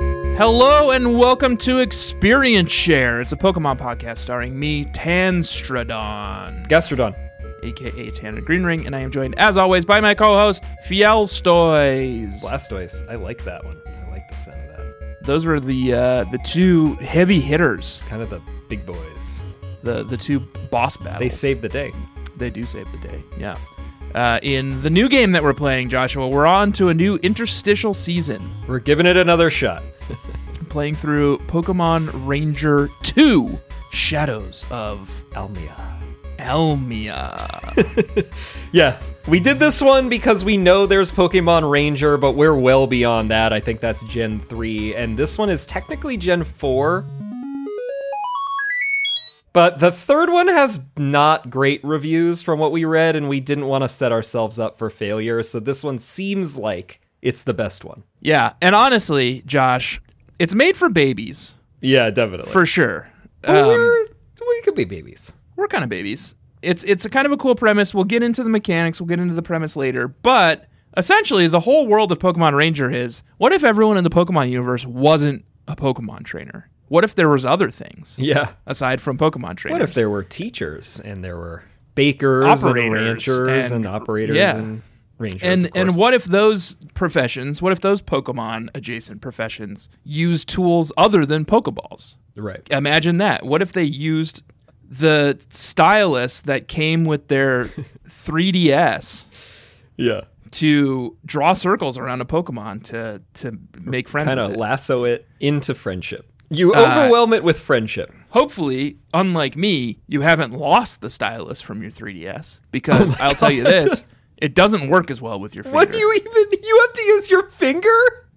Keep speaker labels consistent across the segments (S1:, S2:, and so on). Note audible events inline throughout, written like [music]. S1: Hello and welcome to Experience Share. It's a Pokemon podcast starring me, Tanstradon,
S2: Gastrodon.
S1: aka Tanner Greenring, and I am joined as always by my co-host Fielstoys.
S2: Blastoise. I like that one. I like the sound of that.
S1: Those were the uh, the two heavy hitters,
S2: Kind of the big boys.
S1: the the two boss battles.
S2: They saved the day.
S1: they do save the day. Yeah. Uh, in the new game that we're playing, Joshua, we're on to a new interstitial season,
S2: We're giving it another shot.
S1: playing through Pokemon Ranger Two: Shadows of
S2: Almia.
S1: Elmia.
S2: Yeah. We did this one because we know there's Pokemon Ranger, but we're well beyond that. I think that's Gen 3, and this one is technically Gen 4. But the third one has not great reviews from what we read, and we didn't want to set ourselves up for failure, so this one seems like it's the best one.
S1: Yeah, and honestly, Josh, it's made for babies
S2: Yeah, definitely.
S1: for sure.
S2: But
S1: Um,
S2: we're, we could be babies.
S1: we're kind of babies. It's it's a kind of a cool premise. We'll get into the mechanics. We'll get into the premise later. But essentially, the whole world of Pokemon Ranger is: what if everyone in the Pokemon universe wasn't a Pokemon trainer? What if there was other things
S2: Yeah.
S1: aside from Pokemon trainers?
S2: What if there were teachers and there were bakers and
S1: Operators
S2: ranchers
S1: and-
S2: and, operators
S1: yeah.
S2: and rangers?
S1: and
S2: of
S1: and
S2: course.
S1: what if those professions? What if those Pokemon adjacent professions use tools other than Pokeballs?
S2: right?
S1: imagine that. What if they used the stylus that came with
S2: [laughs]
S1: their 3DS
S2: Yeah,
S1: to draw circles around a Pokemon to to make friends
S2: [laughs] kind
S1: with
S2: of
S1: it?
S2: lasso it into friendship. You overwhelm it with friendship.
S1: Hopefully, unlike me, you haven't lost the stylus from your 3DS
S2: Oh
S1: because I'll tell you this, it doesn't work as well with your finger.
S2: What do you even? You have to use your finger.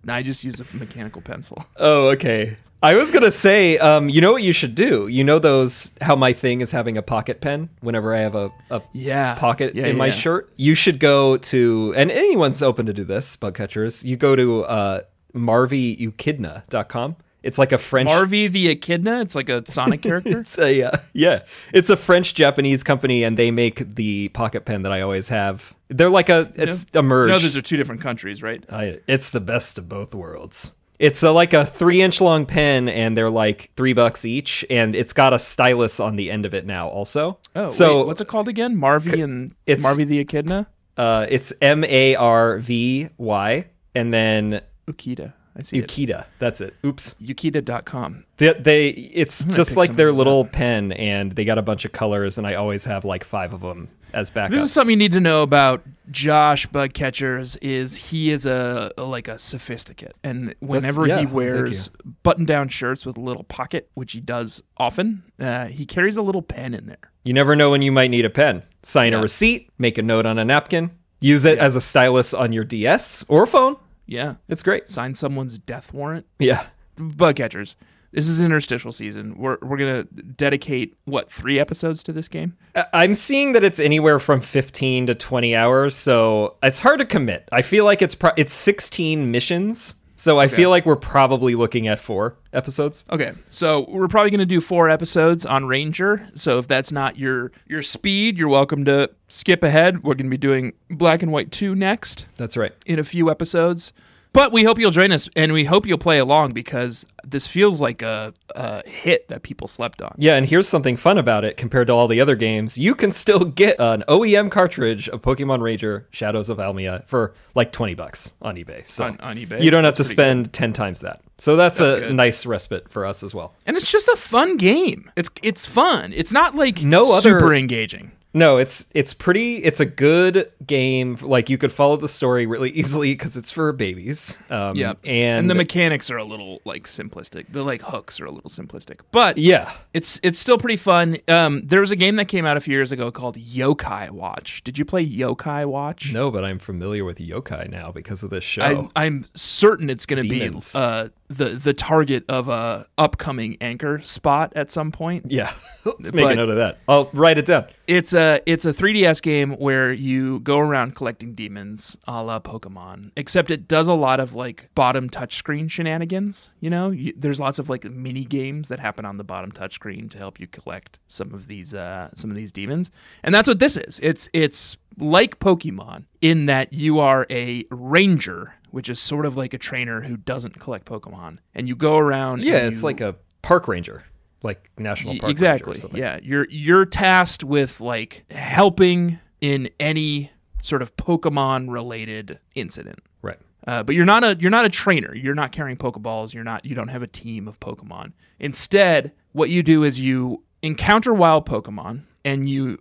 S1: I just use a mechanical
S2: [laughs]
S1: pencil.
S2: Oh, okay. I was gonna say, um, you know what you should do. You know those how my thing is having a pocket pen. Whenever I have a, a
S1: Yeah.
S2: pocket
S1: Uh, Yeah,
S2: in my
S1: yeah.
S2: shirt. You should go to, and anyone's open to do this, bug catchers. You go to uh, marvyukidna.com. It's like a French.
S1: Marvy the Echidna, it's like a Sonic character.
S2: [laughs] it's a, uh, yeah, it's a French Japanese company, and they make the pocket pen that I always have. They're like a, it's a merge.
S1: no, those are two different countries, right?
S2: I, it's the best of both worlds. It's a, like a three inch long pen, and they're like three bucks each, and it's got a stylus on the end of it now, also.
S1: Oh,
S2: so
S1: wait, what's it called again? Marvy and
S2: it's-
S1: Marvy the Echidna?
S2: Uh, it's M A R V Y, and then
S1: Ukita. I see it.
S2: Ukita. That's it. Oops.
S1: Ukita.com.
S2: They, they it's just
S1: pick some
S2: like
S1: of
S2: their
S1: those
S2: little pen, and they got a bunch of colors, and I always have like five of them as backups.
S1: This is something you need to know about Josh Bugcatchers is he is a, a- like a sophisticate and whenever
S2: yeah,
S1: he
S2: thank
S1: wears button-down shirts with a little pocket, which he does often, uh, he carries a little pen in there.
S2: You never know when you might need a pen. Sign
S1: Yeah.
S2: a receipt, make a note on a napkin, use it as a stylus on your DS or phone.
S1: Yeah.
S2: It's great.
S1: Sign someone's death warrant.
S2: Yeah.
S1: Bugcatchers. This is interstitial season. We're we're going to dedicate what, 3 episodes to this game?
S2: I- I'm seeing that it's anywhere from 15 to 20 hours, so it's hard to commit. I feel like it's pro- it's 16 missions, so I feel like we're probably looking at four episodes.
S1: Okay, so we're probably going to do four episodes on Ranger. So if that's not your your speed, you're welcome to skip ahead. We're going to be doing Black and White Two next
S2: That's right.
S1: in a few episodes. But we hope you'll join us, and we hope you'll play along because this feels like a, a hit that people slept on.
S2: Yeah, and here's something fun about it compared to all the other games. You can still get an OEM cartridge of Pokemon Ranger Shadows of Almia for like 20 bucks on eBay. So
S1: On- on eBay?
S2: You don't have to
S1: That's pretty
S2: spend 10 times that. So that's, a
S1: good.
S2: nice respite for us as well.
S1: And it's just a fun game. It's it's fun. It's not like
S2: No other-
S1: super engaging.
S2: No, it's it's pretty it's a good game. Like you could follow the story really [laughs] easily cuz it's for babies. Um
S1: Yeah,
S2: and,
S1: the mechanics are a little like simplistic. The like hooks are a little simplistic, but
S2: yeah.
S1: It's it's still pretty fun. Um, there was a game that came out a few years ago called Yokai Watch. Did you play Yokai Watch?
S2: No, but I'm familiar with yokai now because of this show.
S1: I, I'm certain it's going to be
S2: Demons.
S1: uh, the the target of a upcoming anchor spot at some point.
S2: [laughs] yeah. Let's make
S1: But-
S2: a note of that. I'll write it down.
S1: It's a it's a 3DS game where you go around collecting demons, a la Pokemon. Except it does a lot of like bottom touchscreen shenanigans. You know, you, there's lots of like mini games that happen on the bottom touchscreen to help you collect some of these uh, some of these demons, and that's what this is. It's it's like Pokemon in that you are a ranger which is sort of like a trainer who doesn't collect Pokemon, and you go around.
S2: Yeah,
S1: and
S2: it's
S1: you-
S2: like a park ranger, like national
S1: Y-
S2: park ranger or
S1: exactly.
S2: something.
S1: Yeah, you're you're tasked with like helping in any sort of Pokemon related incident.
S2: Right.
S1: Uh, but you're not a you're not a trainer. You're not carrying Pokeballs. You're not you don't have a team of Pokemon. Instead, what you do is you encounter wild Pokemon, and you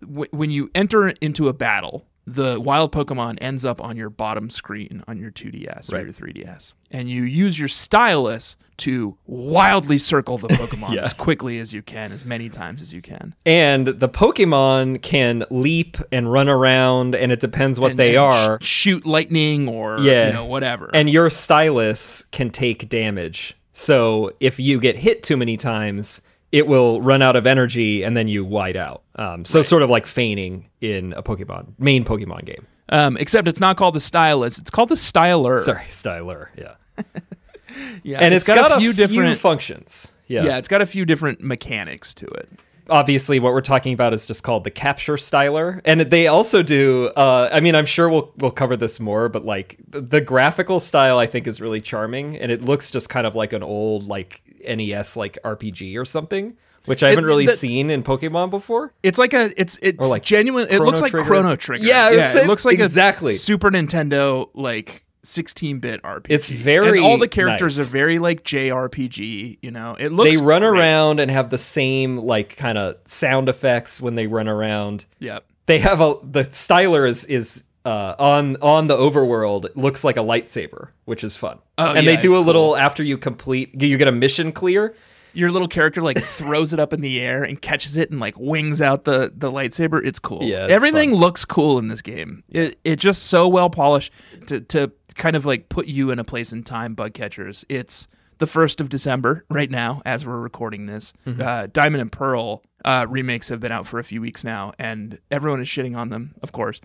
S1: w- when you enter into a battle, the wild Pokemon ends up on your bottom screen on your 2DS or
S2: Right.
S1: your 3DS, and you use your stylus to wildly circle
S2: [laughs]
S1: the Pokemon
S2: Yeah.
S1: as quickly as you can, as many times as you can.
S2: And the Pokemon can leap and run around, and it depends what
S1: And-
S2: they
S1: and
S2: are.
S1: sh- shoot lightning or
S2: Yeah.
S1: you know whatever.
S2: and your stylus can take damage. So if you get hit too many times, it will run out of energy, and then you white out. Um, so sort of like feigning in a Pokemon main Pokemon game.
S1: um, except it's not called the stylus; it's called the styler.
S2: Sorry, styler. Yeah.
S1: Yeah,
S2: and it's got, a few,
S1: different.
S2: functions. Yeah.
S1: yeah. it's got a few different mechanics to it.
S2: Obviously, what we're talking about is just called the capture styler, and they also do. Uh, I mean, I'm sure we'll we'll cover this more, but like the- the graphical style, I think is really charming, and it looks just kind of like an old like NES like RPG or something, which I haven't really
S1: that-
S2: seen in Pokemon before.
S1: It's like a it's it's
S2: like
S1: genuine. It looks like
S2: Chrono Trigger.
S1: Chrono Trigger.
S2: Yeah, I was
S1: it
S2: saying-
S1: looks like
S2: exactly.
S1: a Super Nintendo like 16-bit RPG.
S2: It's very
S1: and all the characters
S2: nice.
S1: are very like JRPG. You know, it looks
S2: They run
S1: great.
S2: around and have the same like kind of sound effects when they run around.
S1: Yep.
S2: they have a the styler is is uh, on on the overworld it looks like a lightsaber, which is fun.
S1: Oh,
S2: and
S1: yeah,
S2: they do a
S1: it's
S2: little after you complete, you get a mission clear.
S1: Your little character
S2: [laughs]
S1: like throws it up in the air and catches it and like wings out the the lightsaber. It's cool.
S2: Yeah, it's
S1: everything looks cool in this game. It it just so well polished to to kind of like put you in a place in time. Bug catchers. It's the first of December right now as we're recording this.
S2: Mm-hmm.
S1: Uh, Diamond and Pearl uh, remakes have been out for a few weeks now, and everyone is shitting on them, of course.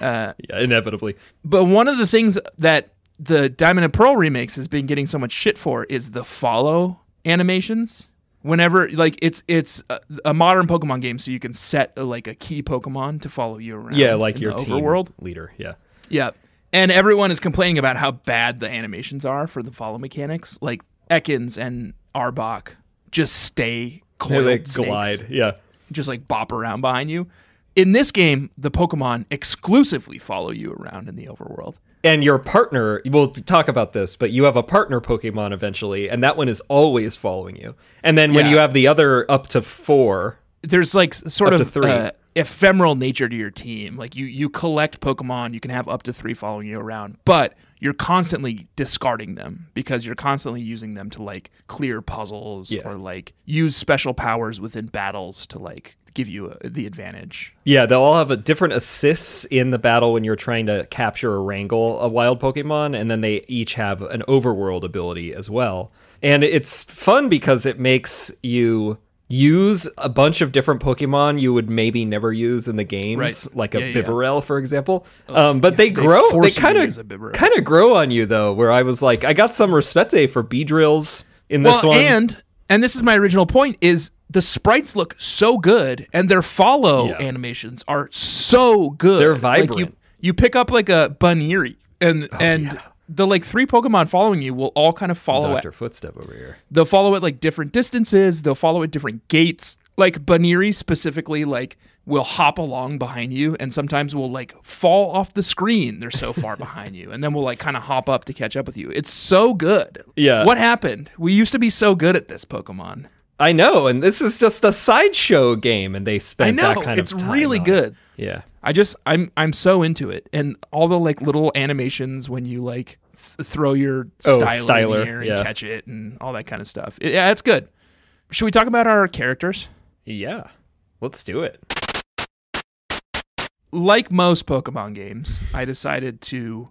S2: Yeah, inevitably.
S1: But one of the things that the Diamond and Pearl remakes has been getting so much shit for is the follow animations. Whenever like it's it's a, a modern Pokemon game, so you can set a, like a key Pokemon to follow you around.
S2: Yeah, like
S1: Um, in
S2: your
S1: the
S2: team
S1: overworld.
S2: leader. Yeah.
S1: Yeah, and everyone is complaining about how bad the animations are for the follow mechanics. Like Ekans and Arbok just stay coiled,
S2: they
S1: snakes
S2: glide. Yeah.
S1: just like bop around behind you. In this game, the Pokemon exclusively follow you around in the overworld.
S2: And your partner, we'll talk about this, but you have a partner Pokemon eventually, and that one is always following you. And then when
S1: Yeah.
S2: you have the other up to four,
S1: there's like s- sort
S2: Up to
S1: of
S2: three.
S1: Uh, ephemeral nature to your team. Like you you collect Pokemon, you can have up to three following you around, but you're constantly discarding them because you're constantly using them to like clear puzzles
S2: Yeah.
S1: or like use special powers within battles to like give you uh the advantage.
S2: Yeah, they'll all have a different assists in the battle when you're trying to capture or wrangle a wild Pokemon, and then they each have an overworld ability as well. And it's fun because it makes you use a bunch of different Pokemon you would maybe never use in the games,
S1: Right.
S2: like a
S1: Yeah, yeah.
S2: Bibarel, for example. Um, but they
S1: they
S2: grow, they
S1: force you to
S2: kind
S1: use a
S2: of
S1: Bibarel.
S2: kind of grow on you though. Where I was like, I got some Respete for B drills in this
S1: well,
S2: one.
S1: and and this is my original point is the sprites look so good and their follow
S2: Yeah.
S1: animations are so good.
S2: They're
S1: Like you,
S2: vibrant. Oh,
S1: you pick up like a Buniri and and the like three Pokemon following you will all kind of follow
S2: Doctor
S1: it.
S2: Footstep over here.
S1: They'll follow at like different distances, they'll follow at different gates. Like Buniri specifically like will hop along behind you and sometimes will like fall off the screen. They're so
S2: [laughs]
S1: far behind you. And then we'll like kind of hop up to catch up with you. It's so good.
S2: Yeah.
S1: What happened? We used to be so good at this Pokemon.
S2: I know, and this is just a sideshow game, and they
S1: I
S2: spend
S1: know.
S2: that kind
S1: It's
S2: of time
S1: really
S2: on it.
S1: good.
S2: Yeah.
S1: I just I'm I'm so into it, and all the like little animations when you like th- throw your
S2: Oh,
S1: styler, in
S2: styler,
S1: the air and
S2: yeah.
S1: catch it and all that kind of stuff. It- yeah, it's good. Should we talk about our characters?
S2: Yeah. Let's do it.
S1: Like most Pokemon games, I decided to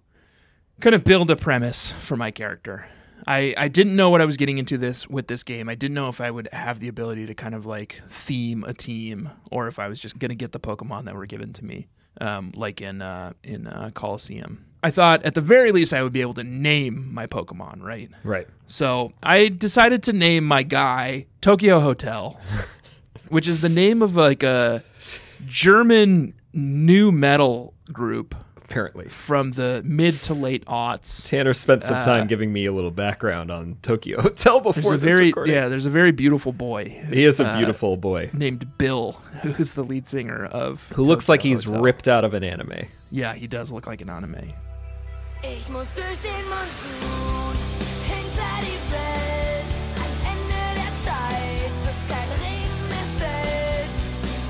S1: kind of build a premise for my character. I, I didn't know what I was getting into this with this game. I didn't know if I would have the ability to kind of like theme a team or if I was just gonna get the Pokemon that were given to me, um, like in uh, in uh, Coliseum. I thought at the very least I would be able to name my Pokemon, right?
S2: Right.
S1: So I decided to name my guy Tokyo
S2: [laughs]
S1: Hotel, which is the name of like a German new metal group
S2: apparently.
S1: from the mid to late aughts.
S2: Tanner spent some time
S1: Uh,
S2: giving me a little background on Tokyo [laughs] Hotel
S1: There's
S2: before
S1: a
S2: this
S1: very
S2: recording.
S1: yeah, there's a very beautiful boy
S2: He is a
S1: uh,
S2: beautiful boy
S1: named Bill [laughs] who's the lead singer of
S2: who looks like
S1: Tokyo
S2: he's
S1: Hotel.
S2: ripped out of an anime.
S1: Yeah, he does look like an anime.
S3: Ich muss durch den Monsun, hinter die Welt, ans Ende der Zeit, bis kein Regen mehr fällt.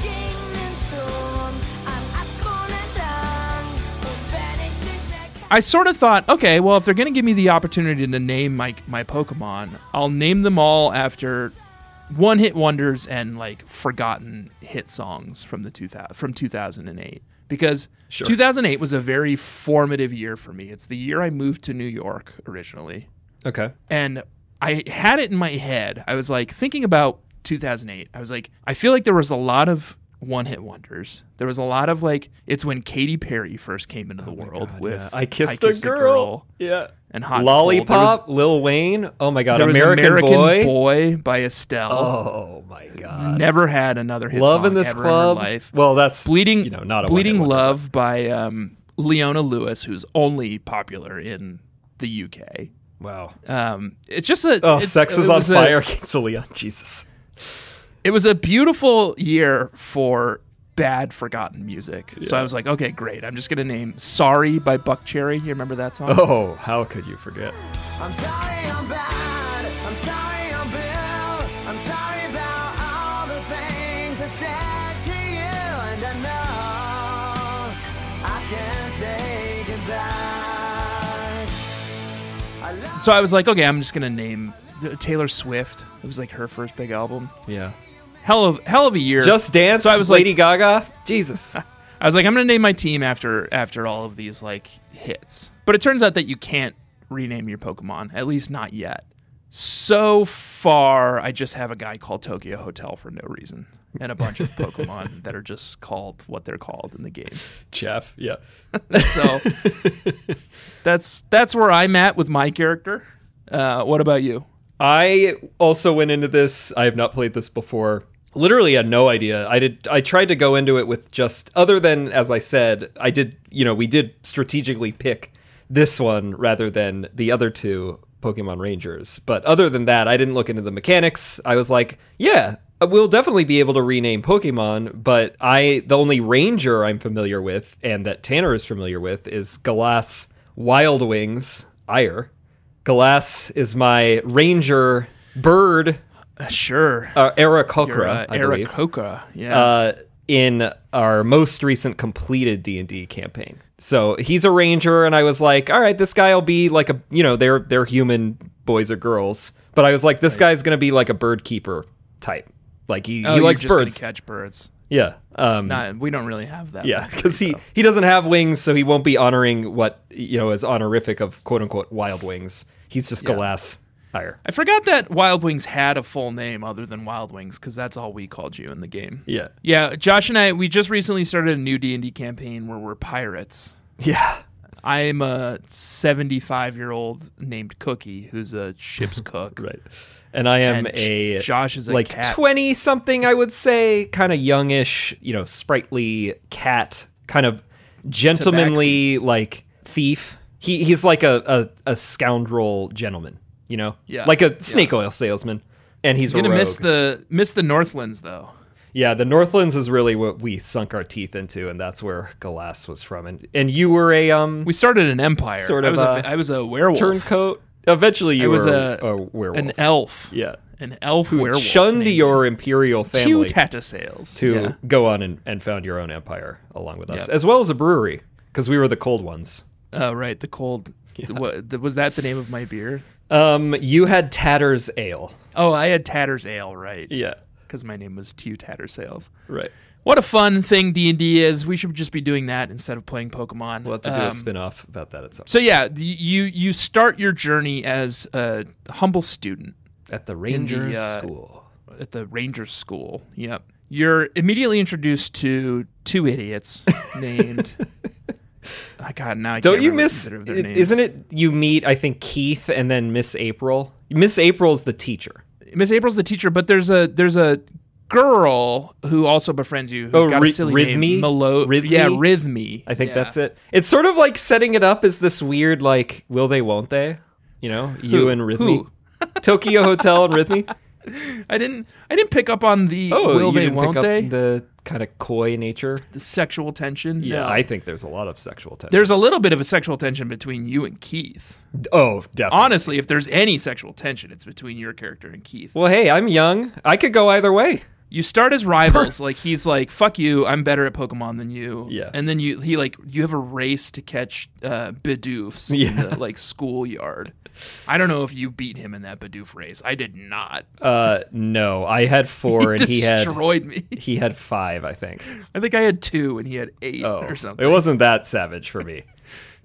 S3: Gegen den Sturm, am Abgrund entlang, und wenn ich nicht mehr kann.
S1: I sort of thought, okay, well, if they're going to give me the opportunity to name my my Pokemon, I'll name them all after one-hit wonders and like forgotten hit songs from the 2000 from 2008 because
S2: Sure.
S1: 2008 was a very formative year for me. It's the year I moved to New York originally.
S2: Okay.
S1: and I had it in my head. I was like thinking about 2008. I was like, I feel like there was a lot of one-hit wonders. There was a lot of like, it's when Katy Perry first came into the world
S2: Oh God,
S1: with
S2: yeah. I kissed,
S1: uh, a
S2: a, girl. Yeah.
S1: and Hot and Cold. There was-
S2: Lollipop, Lil Wayne. Oh my god,
S1: There was
S2: American, Boy.
S1: Boy by Estelle.
S2: Oh my god.
S1: Never had another hit
S2: Love
S1: song
S2: in this
S1: ever
S2: club.
S1: in her life.
S2: Well, that's
S1: Bleeding,
S2: you know, not a
S1: Bleeding
S2: one-hit wonder.
S1: Love by um, Leona Lewis, who's only popular in the UK.
S2: Wow.
S1: Um, it's just a
S2: Oh,
S1: it's-
S2: sex is
S1: it
S2: on
S1: was a-
S2: fire, [laughs] King Leon. Jesus.
S1: it was a beautiful year for bad forgotten music. So I was like, okay, great. I'm just gonna name "Sorry" by Buck Cherry. You remember that song?
S2: Oh, how could you forget?
S4: I'm sorry I'm bad. I'm sorry I'm Bill. I'm sorry about all the things I said to you. And I know I can't take it back. I love
S1: So I was like, okay, I'm just gonna name th- Taylor Swift. It was like her first big album.
S2: Yeah.
S1: Hell of hell of a year.
S2: Just dance.
S1: So I was
S2: Lady
S1: like,
S2: Gaga. Jesus.
S1: I was like, I'm gonna name my team after after all of these like hits. But it turns out that you can't rename your Pokemon, at least not yet. So far, I just have a guy called Tokyo Hotel for no reason, and a bunch of Pokemon that are just called what they're called in the game.
S2: Jeff. Yeah.
S1: So that's that's where I'm at with my character. Uh, what about you?
S2: I also went into this. I have not played this before. Literally had no idea. I did I tried to go into it with just other than as I said, I did, you know, we did strategically pick this one rather than the other two Pokemon Rangers. But other than that, I didn't look into the mechanics. I was like, yeah, we'll definitely be able to rename Pokemon, but I the only ranger I'm familiar with and that Tanner is familiar with is Galas Wild Wings Ire. Galas is my ranger bird,
S1: Sure,
S2: uh, Aarakocra,
S1: uh,
S2: I believe,
S1: Aarakocra. Yeah,
S2: uh, in our most recent completed D&D campaign. So he's a ranger, and I was like, all right, this guy will be like a, you know, they're, they're human boys or girls. But I was like, this guy's going to be like a bird keeper type. Like he,
S1: Oh,
S2: he
S1: you're
S2: likes
S1: just gonna
S2: birds.
S1: Catch birds.
S2: Yeah. Um,
S1: Not, Oh. we don't really have that.
S2: yeah,
S1: luxury,
S2: because he,
S1: though.
S2: he doesn't have wings, so he won't be honoring what, you know, is honorific of quote unquote wild wings. He's just Galas higher.
S1: [laughs] I forgot that Wild Wings had a full name other than Wild Wings because that's all we called you in the game.
S2: Yeah.
S1: Yeah, Josh and I we just recently started a new D and D campaign where we're pirates.
S2: Yeah.
S1: I'm a 75 year old named Cookie who's a
S2: [laughs]
S1: ship's cook.
S2: Right. And I am
S1: And
S2: a
S1: Josh is a
S2: like
S1: cat.
S2: 20 something I would say, kind of youngish, you know, sprightly cat, kind of gentlemanly like thief. He he's like a a, a scoundrel gentleman, you know?
S1: Yeah.
S2: Like a
S1: Yeah.
S2: snake oil salesman. And he's
S1: You're
S2: a
S1: gonna
S2: rogue.
S1: miss the miss the Northlands though.
S2: Yeah, the Northlands is really what we sunk our teeth into, and that's where Galas was from. And and you were a um
S1: We started an empire.
S2: Sort
S1: I
S2: of
S1: was
S2: a
S1: I was a werewolf.
S2: turncoat. Eventually,
S1: I
S2: you
S1: was
S2: were
S1: a-
S2: werewolf.
S1: an elf.
S2: yeah,
S1: An elf werewolf.
S2: shunned
S1: named
S2: your imperial
S1: Two
S2: family.
S1: Tatasales.
S2: to
S1: Yeah.
S2: go on and, and found your own empire along with us,
S1: Yep.
S2: as well as a brewery, because we were the cold ones.
S1: Oh right, the cold. What, was that the name of my beer?
S2: Um, you had Tatter's Ale.
S1: Oh, I had Tatter's Ale, right?
S2: Yeah,
S1: because my name was Tew Tattersales.
S2: right.
S1: What a fun thing D and D is. We should just be doing that instead of playing Pokemon.
S2: We'll have to do
S1: Um,
S2: a spin off about that at some
S1: So yeah, the- you you start your journey as a humble student
S2: At the Ranger
S1: uh,
S2: School.
S1: at the Ranger School. Yep. You're immediately introduced to two
S2: [laughs]
S1: idiots named. I God, now I
S2: Don't
S1: can't
S2: you
S1: remember
S2: miss?
S1: either of their
S2: it-
S1: names.
S2: Isn't it you meet? I think Keith and then Miss April. Miss April's the teacher.
S1: Miss April's the teacher, but there's a there's a girl who also befriends you. who's
S2: Oh,
S1: got
S2: Ry-
S1: a silly
S2: Rhythmy?
S1: name. Melo-
S2: Rhythmy?
S1: Yeah, Rhythmy.
S2: I think
S1: Yeah.
S2: that's it. It's sort of like setting it up as this weird, like, will they, won't they? You know, you and Rhythmy.
S1: Who?
S2: Tokyo Hotel
S1: [laughs]
S2: and Rhythmy.
S1: I didn't. I didn't pick up on the
S2: Oh,
S1: will
S2: you
S1: they,
S2: didn't
S1: won't
S2: pick up
S1: they? The,
S2: the kind of coy nature.
S1: sexual tension.
S2: Yeah,
S1: No.
S2: I think there's a lot of sexual tension.
S1: there's a little bit of a sexual tension between you and Keith.
S2: oh, definitely.
S1: Honestly, if there's any sexual tension, it's between your character and Keith.
S2: Well, hey, I'm young. I could go either way.
S1: you start as
S2: [laughs]
S1: rivals like he's like fuck you i'm better at pokemon than you
S2: Yeah.
S1: and then you he like you have a race to catch uh bidoofs in
S2: Yeah.
S1: the like schoolyard i don't know if you beat him in that bidoof race i did not [laughs]
S2: Uh, no, I [laughs] had four, and he had
S1: destroyed me
S2: he had five, I think.
S1: i think i had two and he had eight
S2: Oh,
S1: [laughs] or
S2: it
S1: something
S2: wasn't that savage for me.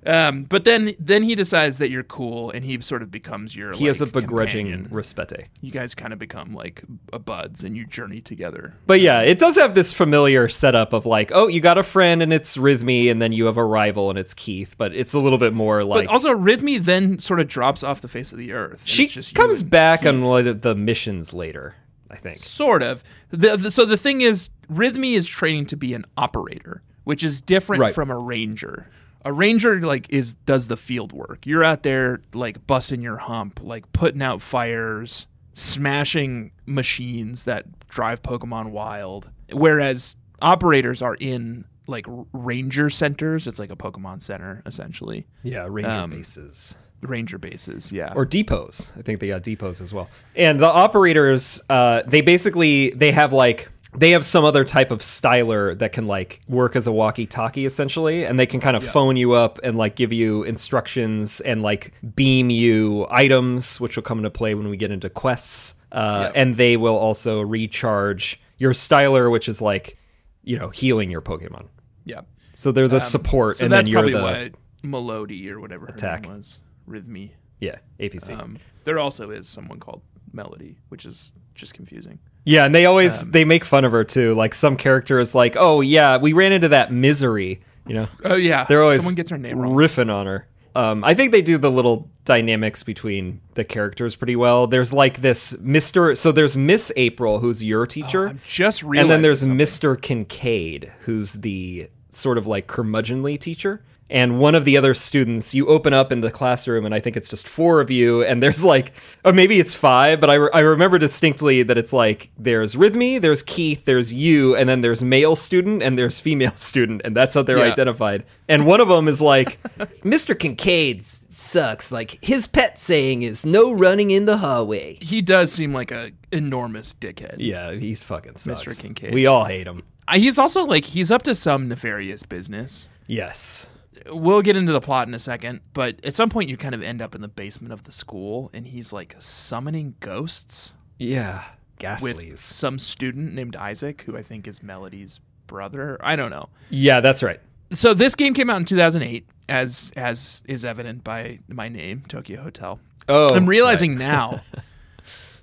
S1: um but then then he decides that you're cool and he sort of becomes your
S2: [laughs] He has a
S1: like,
S2: begrudging
S1: companion.
S2: respete.
S1: you guys kind of become like a buds and you journey together
S2: But yeah, it does have this familiar setup of like, oh, you got a friend and it's Rhythmy, and then you have a rival and it's Keith. But it's a little bit more
S1: but
S2: like
S1: also Rhythmy then sort of drops off the face of the earth and
S2: she
S1: it's just you
S2: comes
S1: and
S2: back
S1: Keith.
S2: on one of the missions later. I think.
S1: sort of. The, the, so the thing is, Rhythmy is training to be an operator, which is different
S2: Right.
S1: from a ranger. A ranger like is does the field work. You're out there like busting your hump, like putting out fires, smashing machines that drive Pokemon wild. Whereas operators are in like r- ranger centers. It's like a Pokemon center essentially,
S2: Yeah, ranger
S1: Um,
S2: bases.
S1: ranger bases. Yeah.
S2: or depots. I think they got depots as well. And the operators, uh, they basically they have like they have some other type of styler that can like work as a walkie-talkie essentially, and they can kind of phone you up and like give you instructions and like beam you items, which will come into play when we get into quests. Uh, And they will also recharge your styler, which is like you know healing your Pokemon.
S1: yeah.
S2: So they're the support,
S1: Um, So
S2: and
S1: that's
S2: then you're
S1: probably
S2: the
S1: what Melody or whatever her
S2: attack.
S1: name was Rhythmy.
S2: yeah APC.
S1: Um, there also is someone called Melody, which is just confusing.
S2: Yeah, and they always
S1: Um,
S2: they make fun of her too. Like some character is like, "Oh yeah, we ran into that misery." You know,
S1: Oh yeah,
S2: they're always
S1: someone gets her name wrong.
S2: riffing on her. Um, I think they do the little dynamics between the characters pretty well. There's like this Mister, so there's Miss April who's your teacher,
S1: Oh, I'm just realizing.
S2: and then there's
S1: something.
S2: Mister Kincaid who's the sort of like curmudgeonly teacher. And one of the other students, you open up in the classroom, and I think it's just four of you, and there's like, or maybe it's five, but I, re- I remember distinctly that it's like there's Rhythmy, there's Keith, there's you, and then there's male student, and there's female [laughs] student, and that's how they're
S1: Yeah.
S2: identified. And one of them is like, [laughs] Mr. Kincaid s- sucks. Like, his pet saying is no running in the hallway.
S1: he does seem like a enormous dickhead.
S2: Yeah, he's fucking sucks.
S1: Mr. Kincaid.
S2: We all hate him.
S1: Uh, He's also like he's up to some nefarious business.
S2: Yes.
S1: We'll get into the plot in a second, but at some point you kind of end up in the basement of the school, and he's like summoning ghosts
S2: Yeah.
S1: with
S2: Ghastlies.
S1: some student named Isaac, who I think is Melody's brother. I don't know.
S2: Yeah, that's right.
S1: so this game came out in 2008 as as is evident by my name tokyo hotel
S2: Oh,
S1: i'm realizing now [laughs]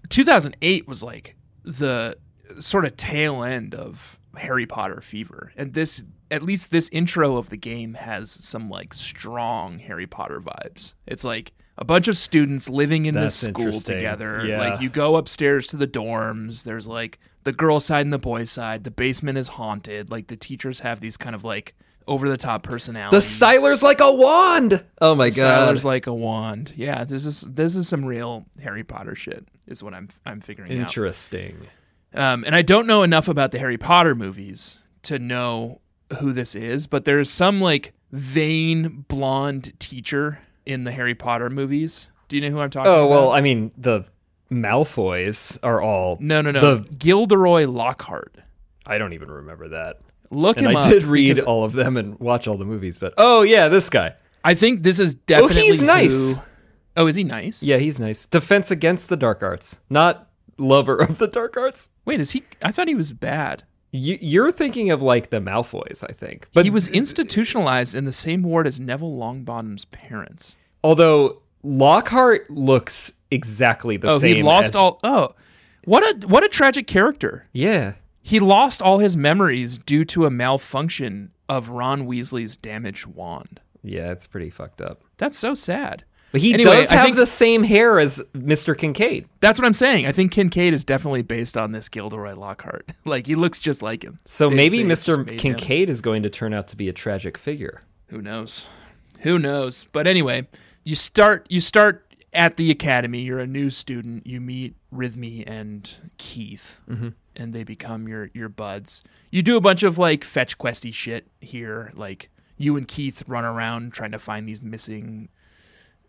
S1: 2008 was like the sort of tail end of harry potter fever and this at least this intro of the game has some like strong harry potter vibes it's like a bunch of students living in
S2: That's
S1: this school
S2: interesting.
S1: together
S2: Yeah.
S1: like you go upstairs to the dorms there's like the girl side and the boy side the basement is haunted like the teachers have these kind of like over the top
S2: The
S1: personalities
S2: styler's like a wand. Oh my god.
S1: Styler's like a wand yeah this is this is some real harry potter shit is what i'm i'm figuring out
S2: Interesting.
S1: um, and I don't know enough about the Harry Potter movies to know who this is, but there's some like vain blonde teacher in the Harry Potter movies. Do you know who I'm talking about?
S2: Oh well, I mean the Malfoys are all
S1: no, no, no.
S2: The,
S1: Gilderoy Lockhart.
S2: I don't even remember that.
S1: Look
S2: And
S1: him
S2: I
S1: up
S2: did read
S1: because
S2: all of them and watch all the movies, but oh yeah, this guy.
S1: I think this is definitely.
S2: he's
S1: who-
S2: nice.
S1: Oh, is he nice?
S2: Yeah, he's nice. Defense against the dark arts, not lover of the dark arts.
S1: Wait, is he? I thought he was bad.
S2: You, you're thinking of like the Malfoys, I think. But
S1: he was institutionalized in the same ward as Neville Longbottom's parents.
S2: although Lockhart looks exactly the
S1: Oh,
S2: same.
S1: he lost
S2: as-
S1: all. Oh, what a what a tragic character.
S2: Yeah.
S1: He lost all his memories due to a malfunction of Ron Weasley's damaged wand.
S2: Yeah, it's pretty fucked up.
S1: That's so sad.
S2: But he
S1: Anyway,
S2: does
S1: I
S2: have
S1: think-
S2: the same hair as Mr. Kincaid.
S1: That's what I'm saying. I think Kincaid is definitely based on this Gilderoy Lockhart. [laughs] Like he looks just like him.
S2: So
S1: They-
S2: maybe
S1: they just
S2: Mr.
S1: made him.
S2: Kincaid is going to turn out to be a tragic figure.
S1: Who knows? Who knows? But anyway, you start you start at the academy. You're a new student. You meet Rhythmy and Keith,
S2: Mm-hmm.
S1: and they become your your buds. You do a bunch of like fetch questy shit here. Like you and Keith run around trying to find these missing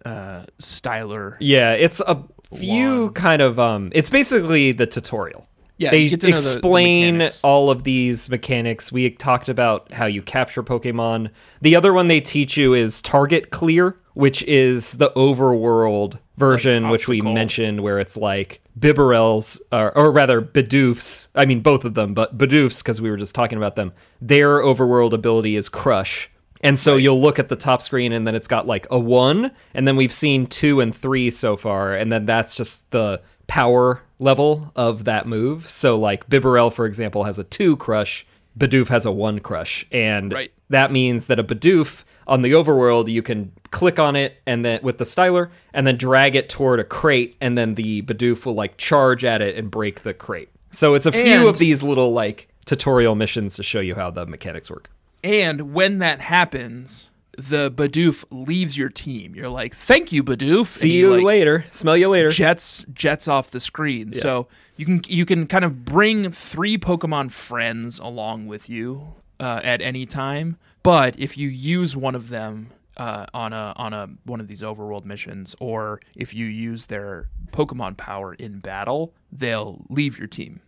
S1: uh styler.
S2: Yeah, it's a few
S1: Wands.
S2: kind of um it's basically the tutorial.
S1: Yeah,
S2: they
S1: you get to know the- the
S2: explain
S1: mechanics.
S2: all of these mechanics. We talked about how you capture Pokemon. The other one they teach you is target clear, which is the overworld version, which we
S1: obstacle.
S2: mentioned, where it's like Bibarel's, or, or rather Bidoof's. I mean, both of them, but Bidoof's because we were just talking about them. Their overworld ability is Crush. And so you'll look at the top screen, and then it's got like a one, and then we've seen two and three so far, and then that's just the power level of that move. So like Bibarel, for example, has a two crush, Bidoof has a one crush, and
S1: Right.
S2: that means that a Bidoof on the overworld you can click on it and then with the styler and then drag it toward a crate, and then the Bidoof will like charge at it and break the crate. So it's a few
S1: And-
S2: of these little like tutorial missions to show you how the mechanics work.
S1: And when that happens, the Badoof leaves your team. You're like, "Thank you, Badoof."
S2: See you later. Smell you later.
S1: jets jets off the screen. So you can you can kind of bring three Pokemon friends along with you uh, at any time. But if you use one of them uh, on a on a one of these overworld missions, or if you use their Pokemon power in battle, they'll leave your team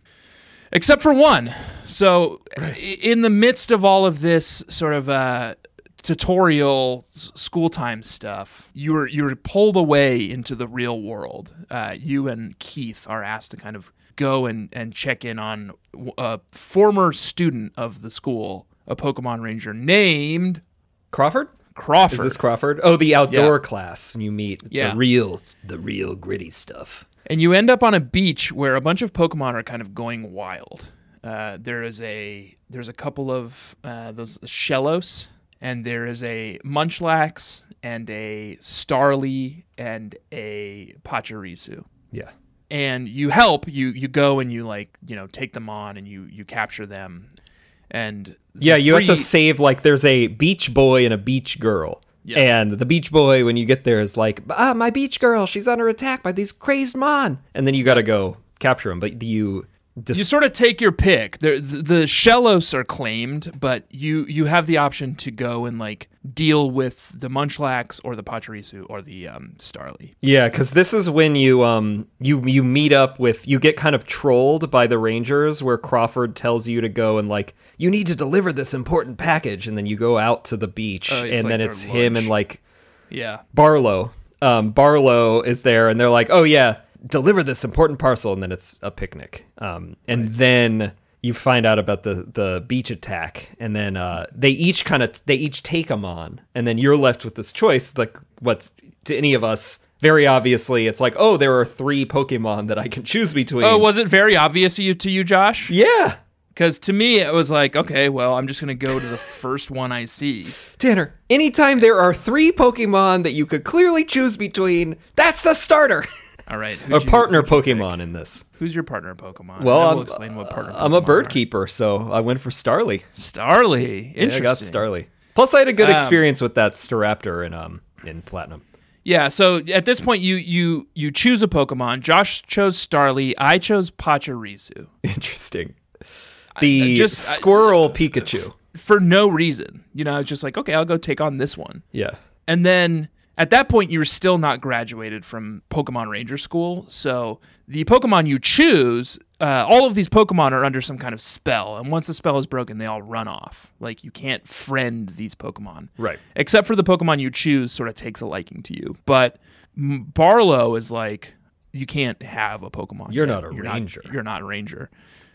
S1: except for one. So, i in the midst of all of this sort of uh, tutorial s- school time stuff, you were you were pulled away into the real world. Uh, you and Keith are asked to kind of go and and check in on w- a former student of the school, a Pokemon Ranger named
S2: Crawford?
S1: Crawford.
S2: Is this Crawford? Oh, the outdoor
S1: Yeah.
S2: class. And you meet
S1: Yeah.
S2: the real, the real gritty stuff.
S1: And you end up on a beach where a bunch of Pokemon are kind of going wild. Uh, there is a there's a couple of uh, those Shellos, and there is a Munchlax and a Starly and a Pachirisu.
S2: Yeah.
S1: And you help you you go and you like you know take them on and you you capture them, and the
S2: Yeah, you have to
S1: three-
S2: save like there's a beach boy and a beach girl.
S1: Yeah.
S2: And the beach boy, when you get there, is like, ah, my beach girl, she's under attack by these crazed mon. And then you got to go capture him. But you, dis-
S1: you sort of take your pick. The, the the Shellos are claimed, but you you have the option to go and like deal with the Munchlax or the Pachirisu or the um, Starly.
S2: Yeah, because this is when you um you you meet up with you get kind of trolled by the Rangers, where Crawford tells you to go and like you need to deliver this important package, and then you go out to the beach,
S1: Oh, it's
S2: and
S1: like
S2: then
S1: their
S2: it's him
S1: lunch.
S2: and like
S1: Yeah,
S2: Barlow. Um, Barlow is there, and they're like, "Oh yeah, deliver this important parcel," and then it's a picnic. Um, and then you find out about the the beach attack, and then uh, they each kind of they each take them on, and then you're left with this choice, like what's to any of us. Very obviously, it's like, oh, there are three Pokemon that I can choose between.
S1: Oh, was it very obvious to you, to you Josh?
S2: yeah,
S1: Because to me, it was like, okay, well, I'm just gonna go to the first one I see.
S2: Tanner. Anytime there are three Pokemon that you could clearly choose between, that's the starter.
S1: All right, who'd
S2: or
S1: you-
S2: partner Pokemon in this.
S1: Who's your partner Pokemon?
S2: Well,
S1: Then we'll
S2: I'm-
S1: explain what partner.
S2: I'm a
S1: Pokemon
S2: bird
S1: are.
S2: keeper, so I went for Starly.
S1: Starly,
S2: Yeah, I
S1: interesting.
S2: got Starly. Plus, I had a good
S1: Um,
S2: experience with that Staraptor in um in Platinum. [laughs]
S1: Yeah, so at this point you you you choose a Pokemon. Josh chose Starly, I chose Pachirisu.
S2: Interesting. The
S1: just- I- [sighs]
S2: squirrel Pikachu.
S1: For no reason. You know, I was just like, okay, I'll go take on this one.
S2: Yeah.
S1: And then at that point you were still not graduated from Pokemon Ranger School. So the Pokemon you choose, uh, all of these Pokemon are under some kind of spell, and once the spell is broken, they all run off. Like you can't friend these Pokemon.
S2: Right.
S1: Except for the Pokemon you choose sort of takes a liking to you. But M- Barlow is like, you can't have a Pokemon.
S2: You're
S1: yet.
S2: not a ranger.
S1: you're not a ranger.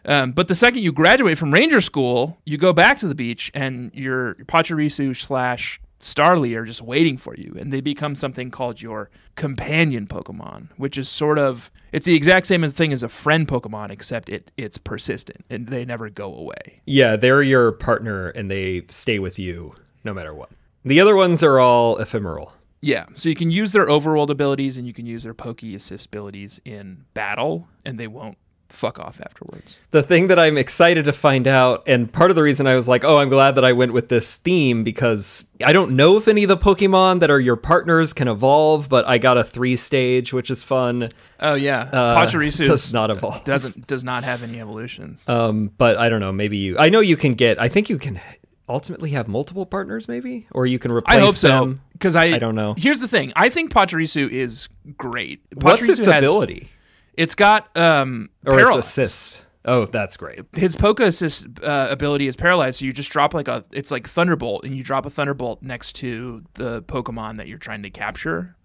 S1: Um, but the second you graduate from ranger school, you go back to the beach and your Pachirisu slash Starly are just waiting for you. And they become something called your companion Pokemon, which is sort of, it's the exact same as thing as a friend Pokemon, except it it's persistent and they never go away.
S2: Yeah, they're your partner, and they stay with you no matter what. The other ones are all ephemeral.
S1: Yeah, so you can use their overworld abilities and you can use their pokey assist abilities in battle, and they won't fuck off afterwards.
S2: the thing that I'm excited to find out, and part of the reason I was like, oh, I'm glad that I went with this theme because I don't know if any of the Pokemon that are your partners can evolve, but I got a three stage, which is fun.
S1: Oh yeah,
S2: Uh,
S1: Pachirisu
S2: does not evolve.
S1: doesn't does not have any evolutions.
S2: Um, but I don't know. Maybe you. I know you can get. I think you can ultimately have multiple partners, maybe, or you can replace
S1: I hope so
S2: them.
S1: because I
S2: I don't know.
S1: Here's the thing: I think Pachirisu is great.
S2: What's
S1: Pachirisu
S2: its
S1: has-
S2: ability
S1: It's got um
S2: or
S1: paralyze.
S2: its assist? Oh, that's great.
S1: His Poke Assist uh, ability is paralyzed, so you just drop like a it's like Thunderbolt, and you drop a Thunderbolt next to the Pokemon that you're trying to capture,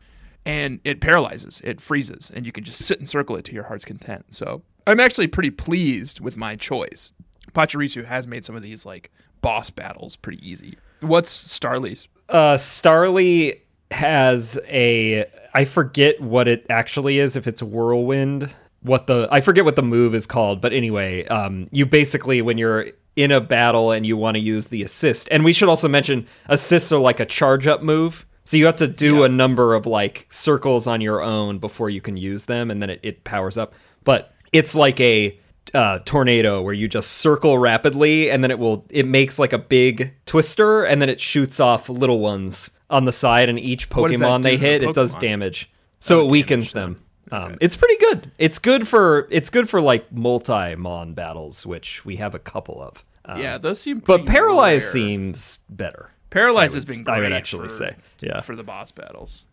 S1: and it paralyzes, it freezes, and you can just sit and circle it to your heart's content. So I'm actually pretty pleased with my choice. Pachirisu has made some of these like boss battles pretty easy. What's Starly's?
S2: uh, Starly has a I forget what it actually is if it's whirlwind what the I forget what the move is called but anyway um you basically when you're in a battle and you want to use the assist and we should also mention assists are like a charge up move so you have to do a number of like circles on your own before you can use them and then it, it powers up but it's like a uh, tornado where you just circle rapidly and then it will it makes like a big twister and then it shoots off little ones on the side and each
S1: does that do
S2: pokemon they
S1: to the
S2: hit it does
S1: Pokemon?
S2: damage so it weakens them um, it's pretty good it's good for it's good for like multi-mon battles which we have a couple of Um,
S1: yeah, those seem.
S2: but
S1: pretty
S2: paralyzed
S1: rare.
S2: seems better
S1: Paralyze
S2: I would-
S1: has been great.
S2: I would actually
S1: for-
S2: say. Yeah.
S1: For the boss battles.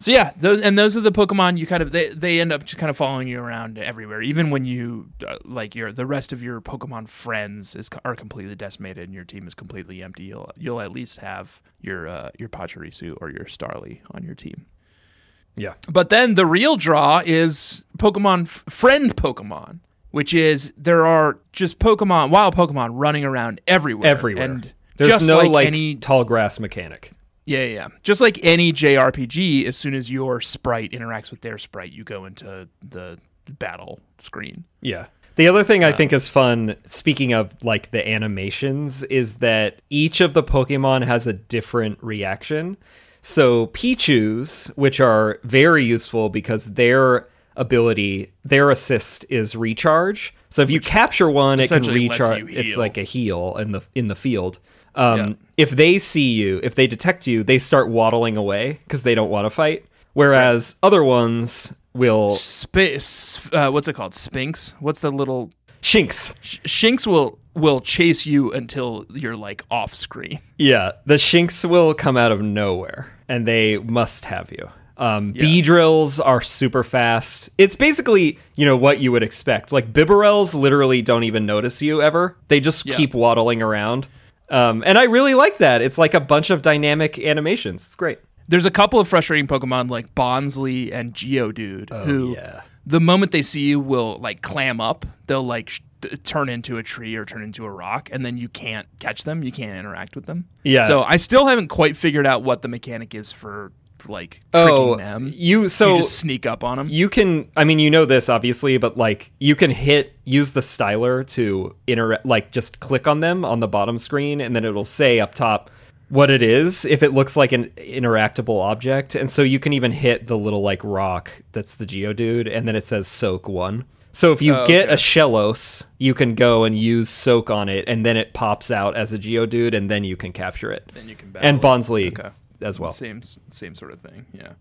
S1: So yeah, those and those are the Pokemon you kind of they, they end up just kind of following you around everywhere, even when you uh, like your the rest of your Pokemon friends is are completely decimated and your team is completely empty. You'll you'll at least have your uh, your Pachirisu or your Starly on your team.
S2: yeah
S1: But then the real draw is Pokemon f- friend Pokemon, which is there are just Pokemon wild Pokemon running around everywhere
S2: everywhere
S1: and
S2: there's
S1: just
S2: no
S1: like,
S2: like,
S1: any
S2: tall grass mechanic
S1: yeah, yeah. yeah. Just like any JRPG, as soon as your sprite interacts with their sprite, you go into the battle screen.
S2: Yeah. The other thing
S1: Uh,
S2: I think is fun, speaking of like the animations, is that each of the Pokemon has a different reaction. So Pichu's, which are very useful because their ability, their assist is recharge. So if you capture one, it can
S1: essentially lets
S2: recharge.
S1: you
S2: It's
S1: heal.
S2: like a heal in the in the field. Um,
S1: Yeah.
S2: If they see you, if they detect you, they start waddling away because they don't want to fight. Whereas other ones will
S1: Space, uh, what's it called? Sphinx. What's the little
S2: shinks.
S1: Sh- Shinx will will chase you until you're like off screen.
S2: Yeah, the Shinx will come out of nowhere, and they must have you. Um, B drills are super fast. It's basically you know what you would expect. Like Bibarels literally don't even notice you ever. They just keep waddling around, um, and I really like that. It's like a bunch of dynamic animations. It's great.
S1: There's a couple of frustrating Pokemon like Bonsley and Geodude who,
S2: Oh, yeah.
S1: the moment they see you, will like clam up. They'll like sh- t- turn into a tree or turn into a rock, and then you can't catch them. You can't interact with them.
S2: Yeah.
S1: So I still haven't quite figured out what the mechanic is for like tricking
S2: Oh,
S1: them.
S2: you so
S1: you just sneak up on them.
S2: you can i mean you know this obviously but like you can hit use the styler to interact like just click on them on the bottom screen and then it'll say up top what it is if it looks like an interactable object and so you can even hit the little like rock that's the geodude and then it says soak one so if you
S1: Oh,
S2: get a shellos you can go and use soak on it and then it pops out as a geodude and then you can capture it
S1: Then you can
S2: and
S1: battle it.
S2: bonsley
S1: Okay.
S2: as well
S1: same same sort of thing yeah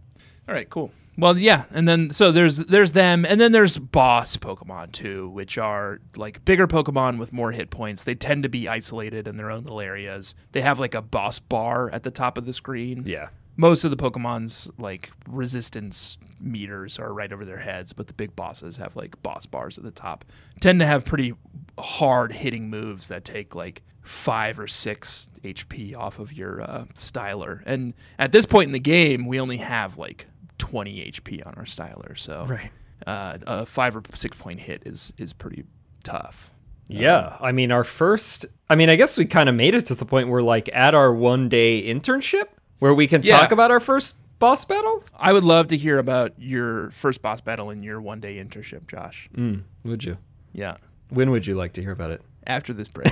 S1: all right cool well yeah and then so there's there's them and then there's boss pokemon too which are like bigger pokemon with more hit points they tend to be isolated in their own little areas they have like a boss bar at the top of the screen
S2: yeah
S1: most of the pokemon's like resistance meters are right over their heads but the big bosses have like boss bars at the top tend to have pretty hard hitting moves that take like five or six hp off of your uh, styler and at this point in the game we only have like 20 hp on our styler so
S2: Right.
S1: uh, a five or six point hit is is pretty tough
S2: Yeah, I mean, our first. I mean, I guess we kind of made it to the point where, like, at our one day internship, where we can
S1: Yeah.
S2: talk about our first boss battle.
S1: i would love to hear about your first boss battle in your one day internship josh
S2: Would you?
S1: yeah
S2: When would you like to hear about it?
S1: after this break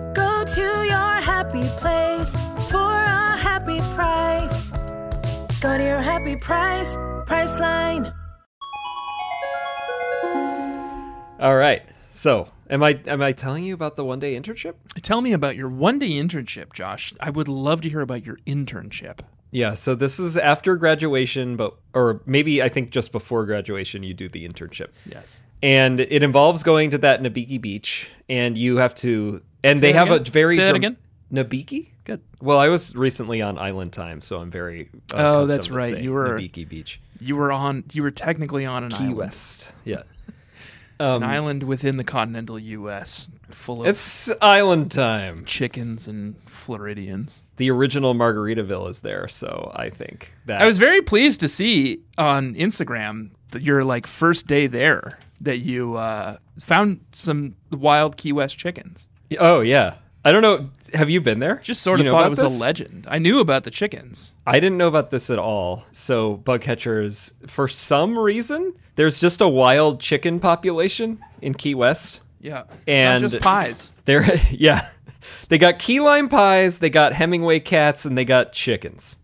S5: Go to your happy place for a happy price. Go to your happy price, Priceline.
S2: All right. So, am I am I telling you about the one day internship?
S1: Tell me about your one day internship, Josh. I would love to hear about your internship.
S2: Yeah. So this is after graduation, but or maybe I think just before graduation, you do the internship.
S1: Yes.
S2: And it involves going to that Nabiki Beach, and you have to. And they
S1: that
S2: have
S1: again.
S2: a very
S1: Say that
S2: dram-
S1: again.
S2: Nabiki.
S1: Good.
S2: Well, I was recently on Island Time, so I'm very. uh,
S1: Oh, that's
S2: accustomed to
S1: right.
S2: say
S1: You were-
S2: Nabiki Beach,
S1: You were on. You were technically on an
S2: Key
S1: island,
S2: West. Yeah. [laughs] Um,
S1: an island within the continental U.S. full of
S2: It's Island Time.
S1: chickens and Floridians.
S2: The original Margaritaville is there, so I think that
S1: I was very pleased to see on Instagram that your like first day there that you uh, found some wild Key West chickens.
S2: Oh yeah. I don't know. Have you been there?
S1: Just sort
S2: You
S1: of
S2: know
S1: thought
S2: about
S1: it was
S2: this?
S1: a legend. I knew about the chickens.
S2: I didn't know about this at all. So bug catchers, for some reason, there's just a wild chicken population in Key West.
S1: Yeah,
S2: And-
S1: it's not just pies.
S2: There, [laughs] yeah, they got key lime pies, they got Hemingway cats, and they got chickens.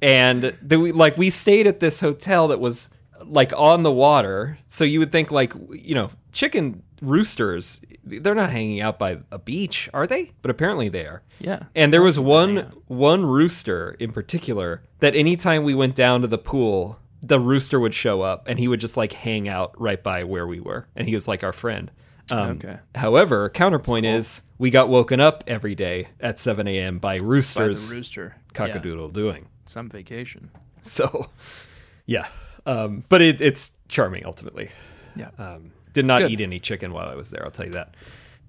S2: and they, we- like we stayed at this hotel that was like on the water, so you would think like you know chicken roosters, they're not hanging out by a beach, are they? But apparently they are.
S1: Yeah.
S2: And there was one one rooster in particular that anytime we went down to the pool, the rooster would show up and he would just like hang out right by where we were, and he was like our friend. Um,
S1: Okay.
S2: However, counterpoint is we got woken up every day at 7 a.m. by
S1: By the
S2: roosters
S1: rooster. Yeah,
S2: cockadoodle doing.
S1: some vacation.
S2: So, yeah, um, but it, it's charming ultimately.
S1: Yeah.
S2: Um, did not
S1: Good.
S2: eat any chicken while I was there. I'll tell you that.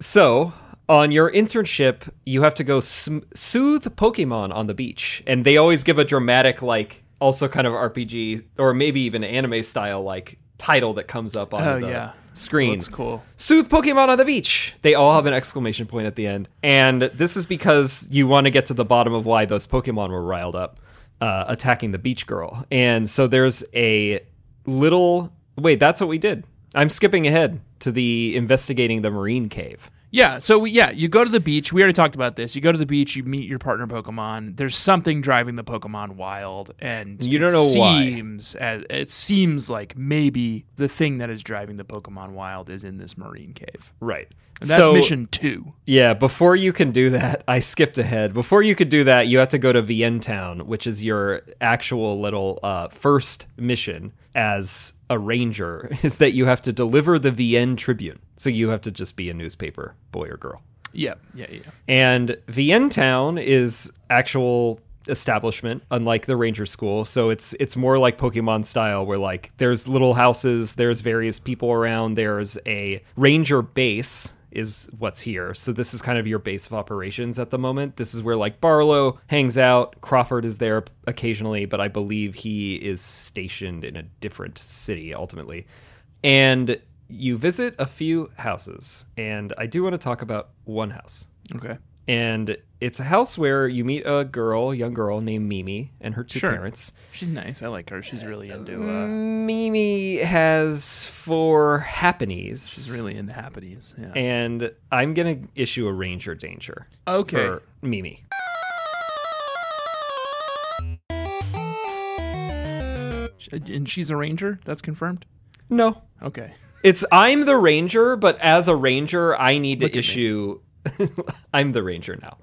S2: So on your internship, you have to go sm- soothe Pokemon on the beach, and they always give a dramatic, like also kind of RPG or maybe even anime style, like title that comes up on
S1: Oh,
S2: the
S1: yeah.
S2: screen.
S1: Looks cool.
S2: Soothe Pokemon on the beach. They all have an exclamation point at the end, and this is because you want to get to the bottom of why those Pokemon were riled up, uh, attacking the beach girl. And so there's a little wait. That's what we did. I'm skipping ahead to the investigating the marine cave.
S1: Yeah, so we, yeah, you go to the beach. We already talked about this. You go to the beach, you meet your partner Pokemon. There's something driving the Pokemon wild, and
S2: You don't
S1: it
S2: know why.
S1: seems As, it seems like maybe the thing that is driving the Pokemon wild is in this marine cave.
S2: Right.
S1: And that's mission two.
S2: Yeah, before you can do that, [laughs] I skipped ahead. Before you could do that, you have to go to Vientown, which is your actual little uh, first mission as a ranger, [laughs] is that you have to deliver the Vienne Tribune. So you have to just be a newspaper boy or girl.
S1: Yeah, yeah, yeah.
S2: And Vientown is actual establishment unlike the ranger school so it's it's more like pokemon style where like there's little houses there's various people around there's a ranger base is what's here so this is kind of your base of operations at the moment this is where like barlow hangs out crawford is there occasionally but i believe he is stationed in a different city ultimately and you visit a few houses and i do want to talk about one house
S1: Okay.
S2: and it's a house where you meet a girl, young girl named Mimi, and her two
S1: Sure.
S2: parents.
S1: She's nice. I like her. She's really
S2: Mm.
S1: into uh
S2: Mimi has four happenies,
S1: she's really into happities. Yeah.
S2: and I'm gonna issue a ranger danger
S1: okay.
S2: for Mimi.
S1: And she's a ranger? That's confirmed?
S2: No,
S1: Okay.
S2: it's I'm the ranger, but as a ranger, I need
S1: Look at
S2: to
S1: me.
S2: issue. [laughs] I'm the ranger now.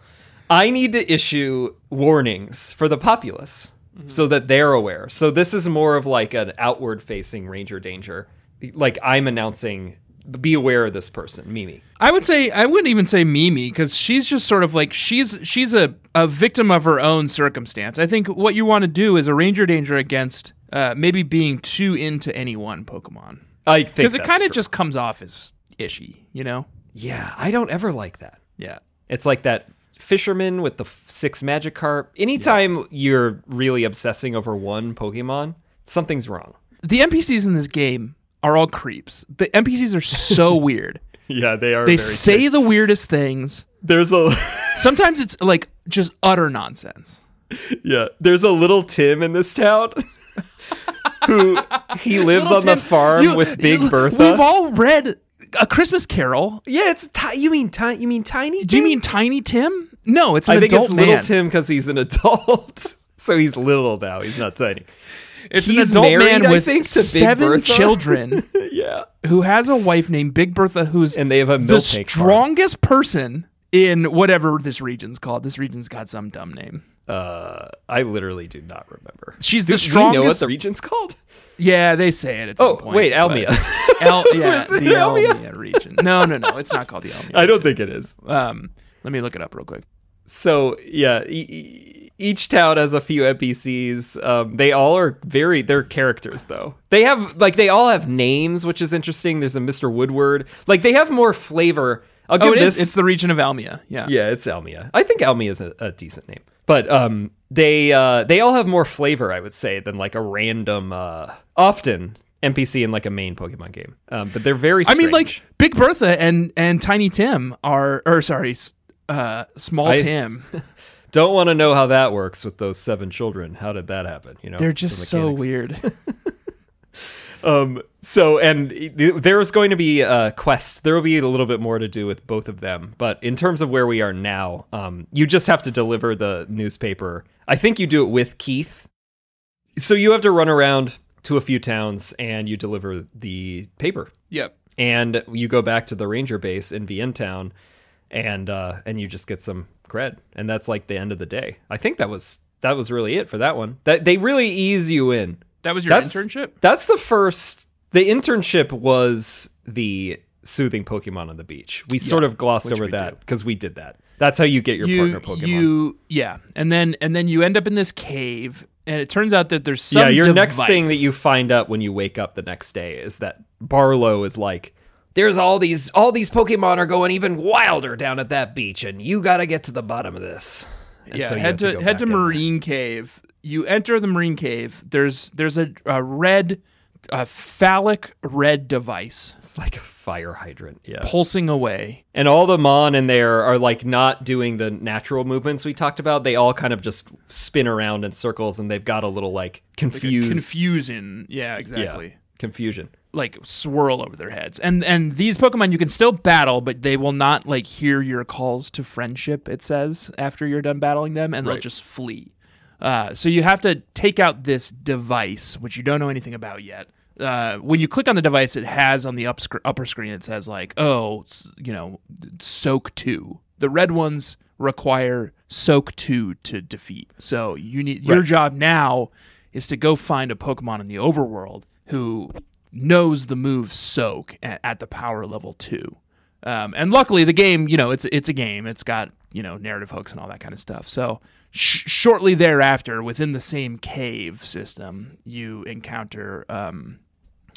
S2: I need to issue warnings for the populace
S1: Mm-hmm.
S2: so that they're aware. So this is more of like an outward-facing ranger danger. Like I'm announcing, be aware of this person, Mimi.
S1: I would say I wouldn't even say Mimi because she's just sort of like she's she's a, a victim of her own circumstance. I think what you want to do is a ranger danger against uh, maybe being too into any one Pokemon
S2: I think
S1: because it
S2: that's
S1: kind of
S2: true.
S1: just comes off as ishy, you know?
S2: yeah. I don't ever like that.
S1: Yeah,
S2: It's like that fisherman with the f- six Magikarp. Anytime you're really obsessing over one Pokemon, something's wrong.
S1: the NPCs in this game are all creeps. The NPCs are so
S2: [laughs]
S1: weird.
S2: Yeah, they are.
S1: They
S2: very
S1: say
S2: strange.
S1: the weirdest things.
S2: there's a [laughs]
S1: Sometimes it's like just utter nonsense.
S2: yeah, there's a little Tim in this town [laughs] who [laughs] he lives
S1: Little
S2: on the
S1: Tim,
S2: farm
S1: you-
S2: with Big
S1: you-
S2: Bertha.
S1: We've all read A Christmas Carol.
S2: yeah, it's ti- you mean ti- you mean tiny?
S1: Do you
S2: Tim?
S1: mean Tiny Tim? No, it's an
S2: I think
S1: adult
S2: it's
S1: man.
S2: little Tim because he's an [laughs] adult. so he's little now. He's not tiny.
S1: It's
S2: He's
S1: an adult
S2: married,
S1: man
S2: I
S1: with
S2: think, to Big
S1: seven
S2: Bertha.
S1: children
S2: [laughs] yeah.
S1: who has a wife named Big Bertha, who's
S2: And they have a
S1: the
S2: milk cake farm.
S1: strongest person in whatever this region's called. This region's got some dumb name.
S2: Uh, I literally do not remember.
S1: She's
S2: Do
S1: the
S2: We know what
S1: strongest.
S2: the region's called?
S1: yeah, they say it at some
S2: Oh,
S1: point.
S2: wait,
S1: but-
S2: Almia. [laughs]
S1: Al- yeah,
S2: Was it
S1: the
S2: Almia?
S1: Almia? region. No, no, no. It's not called the Almia.
S2: [laughs] I don't think it is.
S1: Um, let me look it up real quick.
S2: so yeah e- e- each town has a few npcs um, they all are very they're characters though they have like they all have names which is interesting there's a mr woodward like they have more flavor i'll give
S1: Oh, it
S2: this
S1: is. It's the region of Almia. Yeah.
S2: yeah it's almia i think almia is a, a decent name but um they uh they all have more flavor i would say than like a random uh often npc in like a main pokemon game um, but they're very
S1: I mean, like
S2: strange.
S1: Big Bertha and and Tiny Tim are, or sorry, s- uh, Small
S2: I- [laughs]
S1: Tim.
S2: don't want to know how that works with those seven children how did that happen you know
S1: They're
S2: the
S1: just so
S2: mechanics.
S1: weird.
S2: [laughs] Um, so, and th- there's going to be a quest. There will be a little bit more to do with both of them. But in terms of where we are now, um, you just have to deliver the newspaper. I think you do it with Keith. So you have to run around to a few towns and you deliver the paper.
S1: yep.
S2: And you go back to the ranger base in VN Town and, uh, and you just get some cred. And that's like the end of the day. I think that was, that was really it for that one. That they really ease you in.
S1: That was your internship.
S2: That's the first. The internship was the soothing Pokemon on the beach. We sort of glossed over
S1: we
S2: that because we did that. That's how you get your partner Pokemon.
S1: you, yeah, and then and then you end up in this cave, and it turns out that there's some
S2: yeah, your next
S1: device.
S2: thing that you find out when you wake up the next day is that Barlow is like, "There's all these all these Pokemon are going even wilder down at that beach, and you got to get to the bottom of this." And
S1: yeah
S2: so you
S1: head
S2: have
S1: to,
S2: go
S1: head to
S2: back in there.
S1: Marine Cave. You enter the Marine Cave. There's there's a, a red, a phallic red device
S2: It's like a fire hydrant. Yeah.
S1: pulsing away.
S2: And all the Mon in there are like not doing the natural movements we talked about. They all kind of just spin around in circles and they've got a little like confused
S1: Confusion. Yeah,
S2: yeah,
S1: exactly.
S2: confusion.
S1: Like swirl over their heads. And and these Pokemon you can still battle, but they will not like hear your calls to friendship, it says, after you're done battling them, and they'll
S2: Right.
S1: just flee. Uh, so you have to take out this device, which you don't know anything about yet. Uh, when you click on the device, it has on the up sc- upper screen, it says like, oh, s- you know, soak two. The red ones require soak two to defeat. So you need your job now is to go find a Pokemon in the overworld who knows the move soak at, at the power level two. Um, and luckily, the game, you know, it's it's a game. It's got you know narrative hooks and all that kind of stuff. So sh- shortly thereafter, within the same cave system, you encounter um,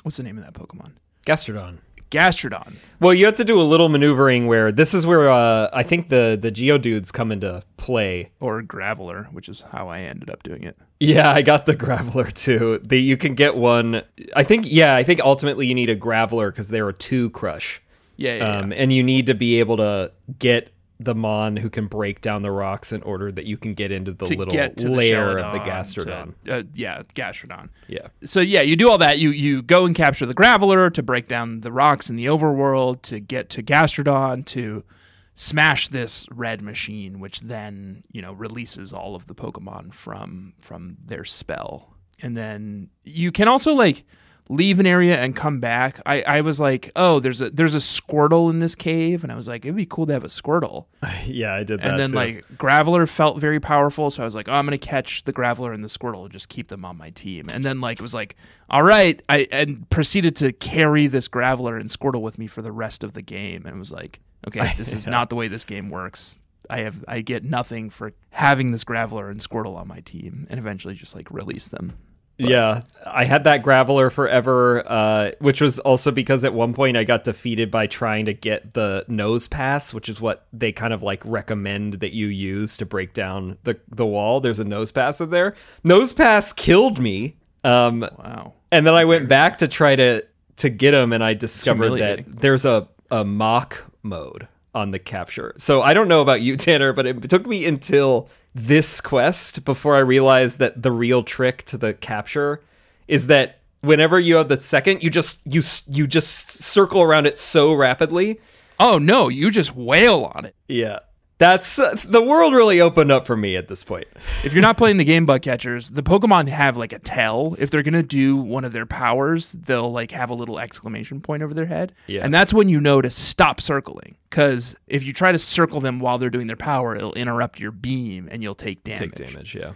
S1: what's the name of that Pokemon?
S2: Gastrodon.
S1: Gastrodon.
S2: Well, you have to do a little maneuvering where this is where uh, I think the the Geodudes come into play.
S1: or Graveler, which is how I ended up doing it.
S2: Yeah, I got the Graveler too. The, you can get one. I think yeah, I think ultimately you need a Graveler because there are two Crush.
S1: Yeah, yeah.
S2: um, and you need to be able to get the mon who can break down the rocks in order that you can get into the
S1: to
S2: little
S1: get to
S2: layer
S1: the
S2: of the
S1: Shelodon
S2: gastrodon.
S1: to- uh, yeah, Gastrodon.
S2: Yeah. [laughs]
S1: So yeah, you do all that. You you go and capture the Graveler to break down the rocks in the overworld to get to Gastrodon to smash this red machine, which then you know releases all of the Pokemon from from their spell. And then you can also like leave an area and come back. I, I was like, oh, there's a there's a Squirtle in this cave, and I was like, it'd be cool to have a Squirtle
S2: yeah, I did that.
S1: and then
S2: too.
S1: like Graveler felt very powerful, so I was like, oh, I'm gonna catch the Graveler and the Squirtle and just keep them on my team. And then like it was like, all right, I and proceeded to carry this Graveler and Squirtle with me for the rest of the game, and it was like, [laughs] okay, this is not the way this game works. I have I get nothing for having this Graveler and Squirtle on my team, and eventually just like release them.
S2: yeah, I had that graveler forever, uh, which was also because at one point I got defeated by trying to get the nose pass, which is what they kind of like recommend that you use to break down the the wall. There's a nose pass in there. Nose pass killed me. Um,
S1: Wow.
S2: And then I went back to try to to get them, and I discovered that
S1: humiliating.
S2: there's a, a mock mode on the capture. So I don't know about you, Tanner, but it took me until this quest before I realized that the real trick to the capture is that whenever you have the second, you just you s- you just circle around it so rapidly
S1: Oh no, you just wail on it.
S2: yeah. That's uh, the world really opened up for me at this point.
S1: If you're not playing the game bug catchers, the Pokemon have like a tell. If they're gonna do one of their powers, they'll like have a little exclamation point over their head.
S2: Yeah.
S1: And that's when you know to stop circling. Cause if you try to circle them while they're doing their power, it'll interrupt your beam and you'll take damage.
S2: yeah.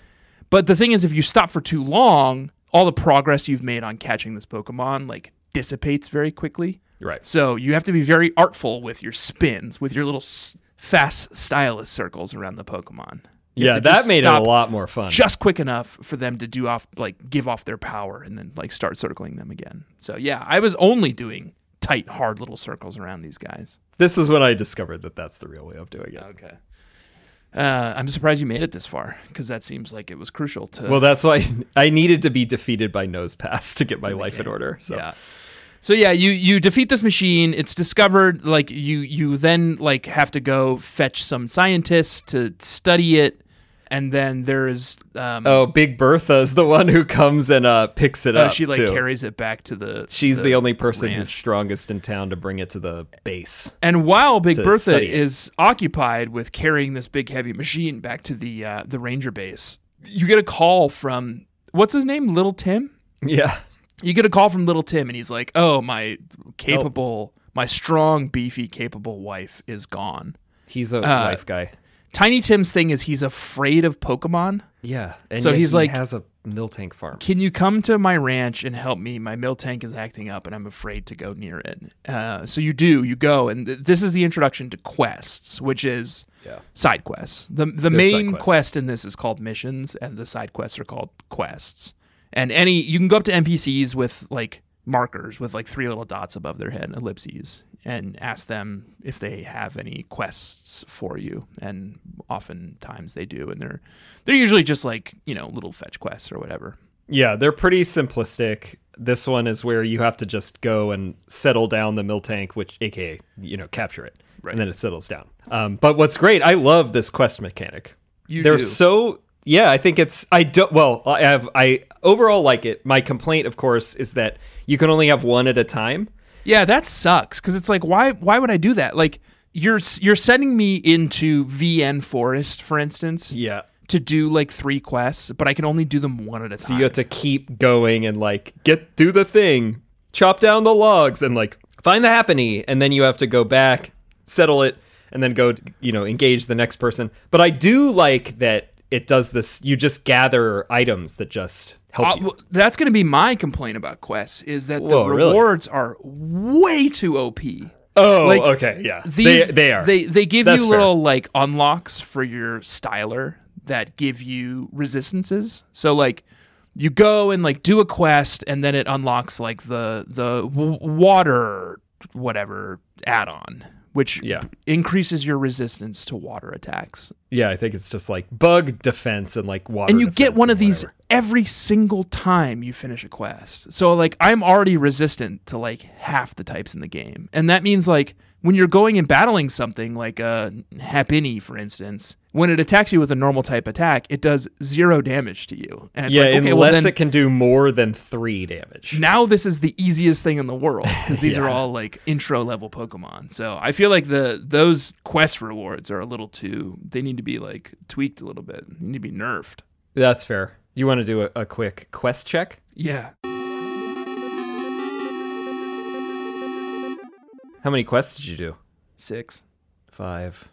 S1: But the thing is, if you stop for too long, all the progress you've made on catching this Pokemon like dissipates very quickly.
S2: Right.
S1: So you have to be very artful with your spins, with your little s- fast stylus circles around the Pokemon. You have
S2: yeah,
S1: to
S2: that
S1: just
S2: made it a
S1: stop
S2: lot more fun.
S1: Just quick enough for them to do off, like give off their power, and then like start circling them again. So yeah, I was only doing tight, hard little circles around these guys.
S2: this is when I discovered that that's the real way of doing it.
S1: Okay. Uh, I'm surprised you made it this far because that seems like it was crucial to.
S2: Well, that's why [laughs] I needed to be defeated by Nose Pass to get my life in order. So
S1: Yeah. So yeah, you you defeat this machine. It's discovered like you you then like have to go fetch some scientists to study it, and then there is um,
S2: Oh, Big Bertha is the one who comes and uh, picks it
S1: uh,
S2: up.
S1: she like
S2: too.
S1: carries it back to the.
S2: She's the, only person
S1: ranch.
S2: who's strongest in town to bring it to the base.
S1: And while Big
S2: to
S1: Bertha
S2: study it.
S1: is occupied with carrying this big heavy machine back to the uh, the ranger base, you get a call from what's his name, Little Tim.
S2: Yeah.
S1: you get a call from little Tim and he's like, "Oh, my capable, my strong, beefy, capable wife is gone."
S2: [laughs] He's
S1: Uh,
S2: a life guy.
S1: Tiny Tim's thing is he's afraid of Pokemon.
S2: Yeah. And
S1: so
S2: yet
S1: he's
S2: he
S1: like-
S2: has a mill tank farm.
S1: Can you come to my ranch and help me? My mill tank is acting up and I'm afraid to go near it. Uh, so you do, you go, and th- this is the introduction to quests, which is
S2: Yeah.
S1: side quests. The the
S2: They're side
S1: main
S2: quests.
S1: quest in this is called missions, and the side quests are called quests. And any you can go up to NPCs with like markers with like three little dots above their head, ellipses, and ask them if they have any quests for you. And oftentimes they do, and they're they're usually just like you know little fetch quests or whatever.
S2: Yeah, they're pretty simplistic. This one is where you have to just go and settle down the mill tank, which aka, you know, capture it. And then it settles down. Um, but what's great, I love this quest mechanic.
S1: You
S2: they're
S1: do.
S2: so yeah, I think it's I don't well, I have I overall like it. My complaint, of course, is that you can only have one at a time.
S1: Yeah, that sucks because it's like, why? Why would I do that? Like, you're you're sending me into VN Forest, for instance,
S2: Yeah.
S1: to do like three quests, but I can only do them one at a
S2: So
S1: time.
S2: you have to keep going and like get do the thing, chop down the logs and like find the happiny, and then you have to go back, settle it, and then go you know engage the next person. But I do like that it does this. You just gather items that just help
S1: Uh,
S2: you.
S1: well, that's going to be my complaint about quests is that
S2: Whoa,
S1: the
S2: really?
S1: rewards are way too OP.
S2: oh,
S1: like,
S2: okay, yeah,
S1: These,
S2: they, they are.
S1: They they give
S2: That's
S1: you
S2: fair.
S1: little like unlocks for your styler that give you resistances. So like you go and like do a quest and then it unlocks like the the w- water whatever add-on which
S2: Yeah.
S1: increases your resistance to water attacks.
S2: yeah, I think it's just like bug defense and like water.
S1: and you get
S2: defense
S1: one
S2: and
S1: of these
S2: whatever.
S1: every single time you finish a quest. So like I'm already resistant to like half the types in the game. And that means like when you're going and battling something like a Happiny for instance, when it attacks you with a normal type attack, it does zero damage to you. And it's
S2: Yeah,
S1: like okay,
S2: unless
S1: well then
S2: it can do more than three damage.
S1: now this is the easiest thing in the world
S2: [laughs]
S1: because these are
S2: Yeah.
S1: all like intro level Pokemon. So I feel like the those quest rewards are a little too they need to be like tweaked a little bit. They need to be nerfed.
S2: That's fair. You want to do a, a quick quest check?
S1: Yeah.
S2: How many quests did you do?
S1: Six.
S2: Five.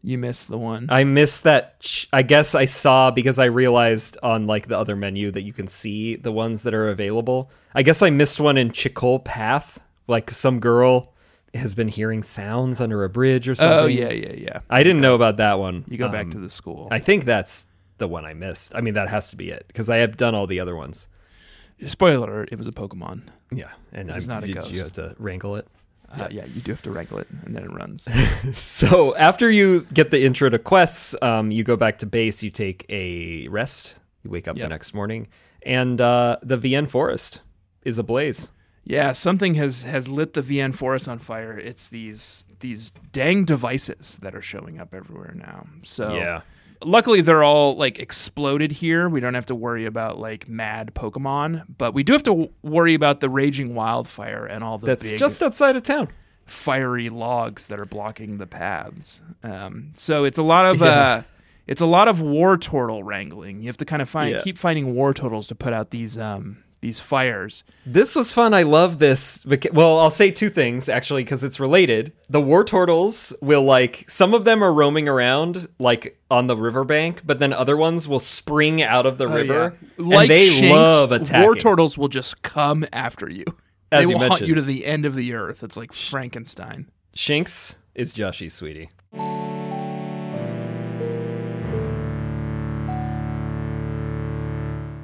S1: You missed the one.
S2: I missed that. ch- I guess I saw because I realized on like the other menu that you can see the ones that are available. I guess I missed one in Chicole Path. Like some girl has been hearing sounds under a bridge or something.
S1: oh yeah, yeah, yeah.
S2: I didn't know about that one.
S1: You go back
S2: Um,
S1: to the school.
S2: I think that's the one I missed. I mean, that has to be it because I have done all the other ones.
S1: Spoiler alert, it was a Pokemon.
S2: Yeah, and
S1: was
S2: I'm
S1: not a
S2: did
S1: ghost.
S2: You have to wrangle it.
S1: Uh, yeah, you do have to wrangle it, and then it
S2: [laughs]
S1: runs.
S2: So after you get the intro to quests, um, you go back to base. You take a rest. You wake up the
S1: Yep.
S2: next morning, and uh, the VN forest is ablaze.
S1: Yeah, something has has lit the VN forest on fire. It's these these dang devices that are showing up everywhere now. So
S2: Yeah.
S1: Luckily, they're all like exploded here. We don't have to worry about like mad Pokemon, but we do have to w- worry about the raging wildfire and all the
S2: That's
S1: big
S2: just outside of town.
S1: fiery logs that are blocking the paths. Um, so it's a lot of
S2: Yeah.
S1: uh, it's a lot of war turtle wrangling. You have to kind of find
S2: Yeah.
S1: keep finding war turtles to put out these um, these fires.
S2: This was fun. I love this. beca- Well, I'll say two things actually because it's related. The war turtles will like some of them are roaming around like on the riverbank, but then other ones will spring out of the river.
S1: Oh, Like
S2: and they
S1: Shanks,
S2: love attacking.
S1: War turtles will just come after you.
S2: As
S1: they
S2: you
S1: will hunt
S2: mentioned.
S1: you to the end of the earth. It's like Frankenstein.
S2: Shinx is Joshy, sweetie.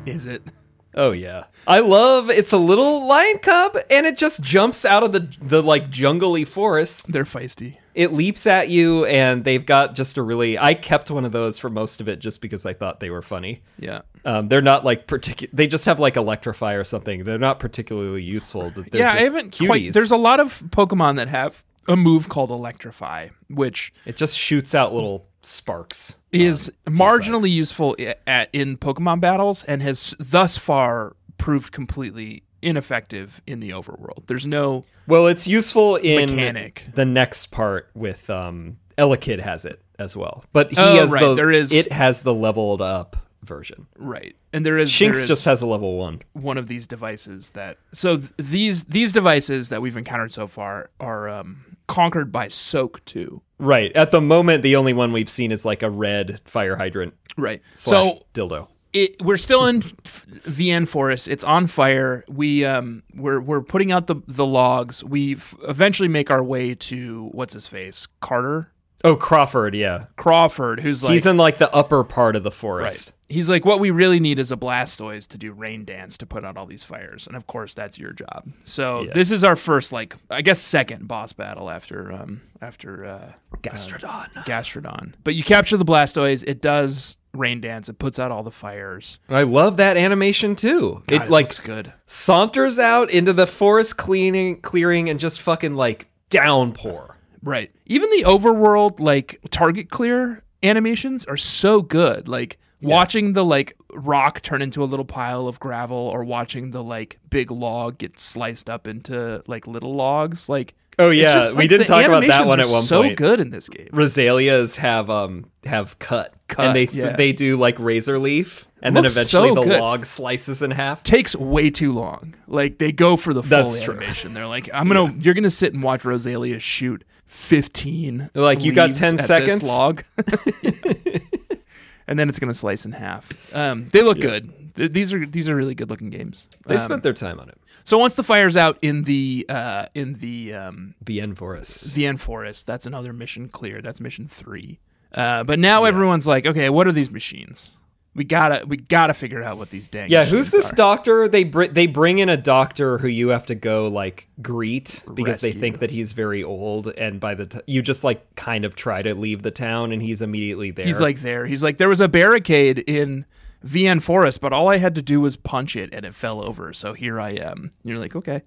S1: Is it? [laughs]
S2: Oh yeah. I love it's a little lion cub and it just jumps out of the the like jungly forest
S1: They're feisty.
S2: it leaps at you and they've got just a really i kept one of those for most of it just because i thought they were funny
S1: Yeah.
S2: um, they're not like particular they just have like electrify or something they're not particularly useful but they're
S1: yeah, I
S2: just
S1: haven't
S2: cuties.
S1: quite. There's a lot of Pokemon that have a move called Electrify, which
S2: it just shoots out little sparks
S1: is
S2: Um, sides.
S1: marginally useful i- at in Pokemon battles and has thus far proved completely ineffective in the overworld. There's no
S2: well it's useful in
S1: Mechanic.
S2: the next part with um Elekid has it as well but he
S1: Oh,
S2: has
S1: right,
S2: the
S1: there is-
S2: it has the leveled up version
S1: right, and there is there
S2: Shinx
S1: is
S2: just has a level one
S1: one of these devices that so th- these these devices that we've encountered so far are um, conquered by Soak too.
S2: right at the moment the only one we've seen is like a red fire hydrant
S1: Right.
S2: slash
S1: so
S2: dildo
S1: it, we're still in f- VN Forest. It's on fire. We um we're we're putting out the the logs. We f- eventually make our way to what's his face Carter
S2: Oh, Crawford, yeah.
S1: Crawford, who's like
S2: He's in like the upper part of the forest.
S1: right. He's like, what we really need is a Blastoise to do rain dance to put out all these fires, and of course that's your job. So
S2: Yeah.
S1: this is our first, like, I guess, second boss battle after um after uh, Gastrodon. Gastrodon. But you capture the Blastoise. It does rain dance. It puts out all the fires.
S2: I love that animation too.
S1: God,
S2: it, like
S1: looks good.
S2: saunters out into the forest cleaning clearing and just fucking like downpour.
S1: Right. Even the overworld like target clear animations are so good. Like watching the like rock turn into a little pile of gravel or watching the like big log get sliced up into like little logs. Like
S2: Oh,
S1: it's
S2: yeah. We didn't
S1: the
S2: talk about that
S1: animations
S2: one
S1: are
S2: at one
S1: so
S2: point.
S1: good in this game.
S2: Rosalias have um have cut,
S1: Cut,
S2: and they
S1: yeah.
S2: they do like razor leaf and
S1: Looks
S2: then eventually
S1: so
S2: the
S1: good.
S2: log slices in half.
S1: Takes way too long. Like they go for the full
S2: That's true.
S1: animation. They're like, I'm gonna, you're gonna sit and watch Rosalia shoot 15.
S2: They're like, "You got
S1: leaves
S2: 10
S1: at this
S2: seconds?" [laughs]
S1: log, [laughs] and then it's gonna slice in half. Um, they look good. Th- these are these are really good looking games.
S2: They
S1: Um,
S2: spent their time on it.
S1: so once the fire's out in the uh, in the um,
S2: BN Forest.
S1: VN Forest. That's another mission clear. That's mission three. Uh, but now everyone's like, okay, what are these machines? We gotta, we gotta figure out what these dang.
S2: Yeah, who's
S1: machines
S2: this
S1: are.
S2: doctor? They br- they bring in a doctor who you have to go like greet because they
S1: Rescue.
S2: think that he's very old, and by the t- you just like kind of try to leave the town, and he's immediately there.
S1: He's like there. He's like there was a barricade in VN Forest, but all I had to do was punch it and it fell over. So here I am. And you're like, okay.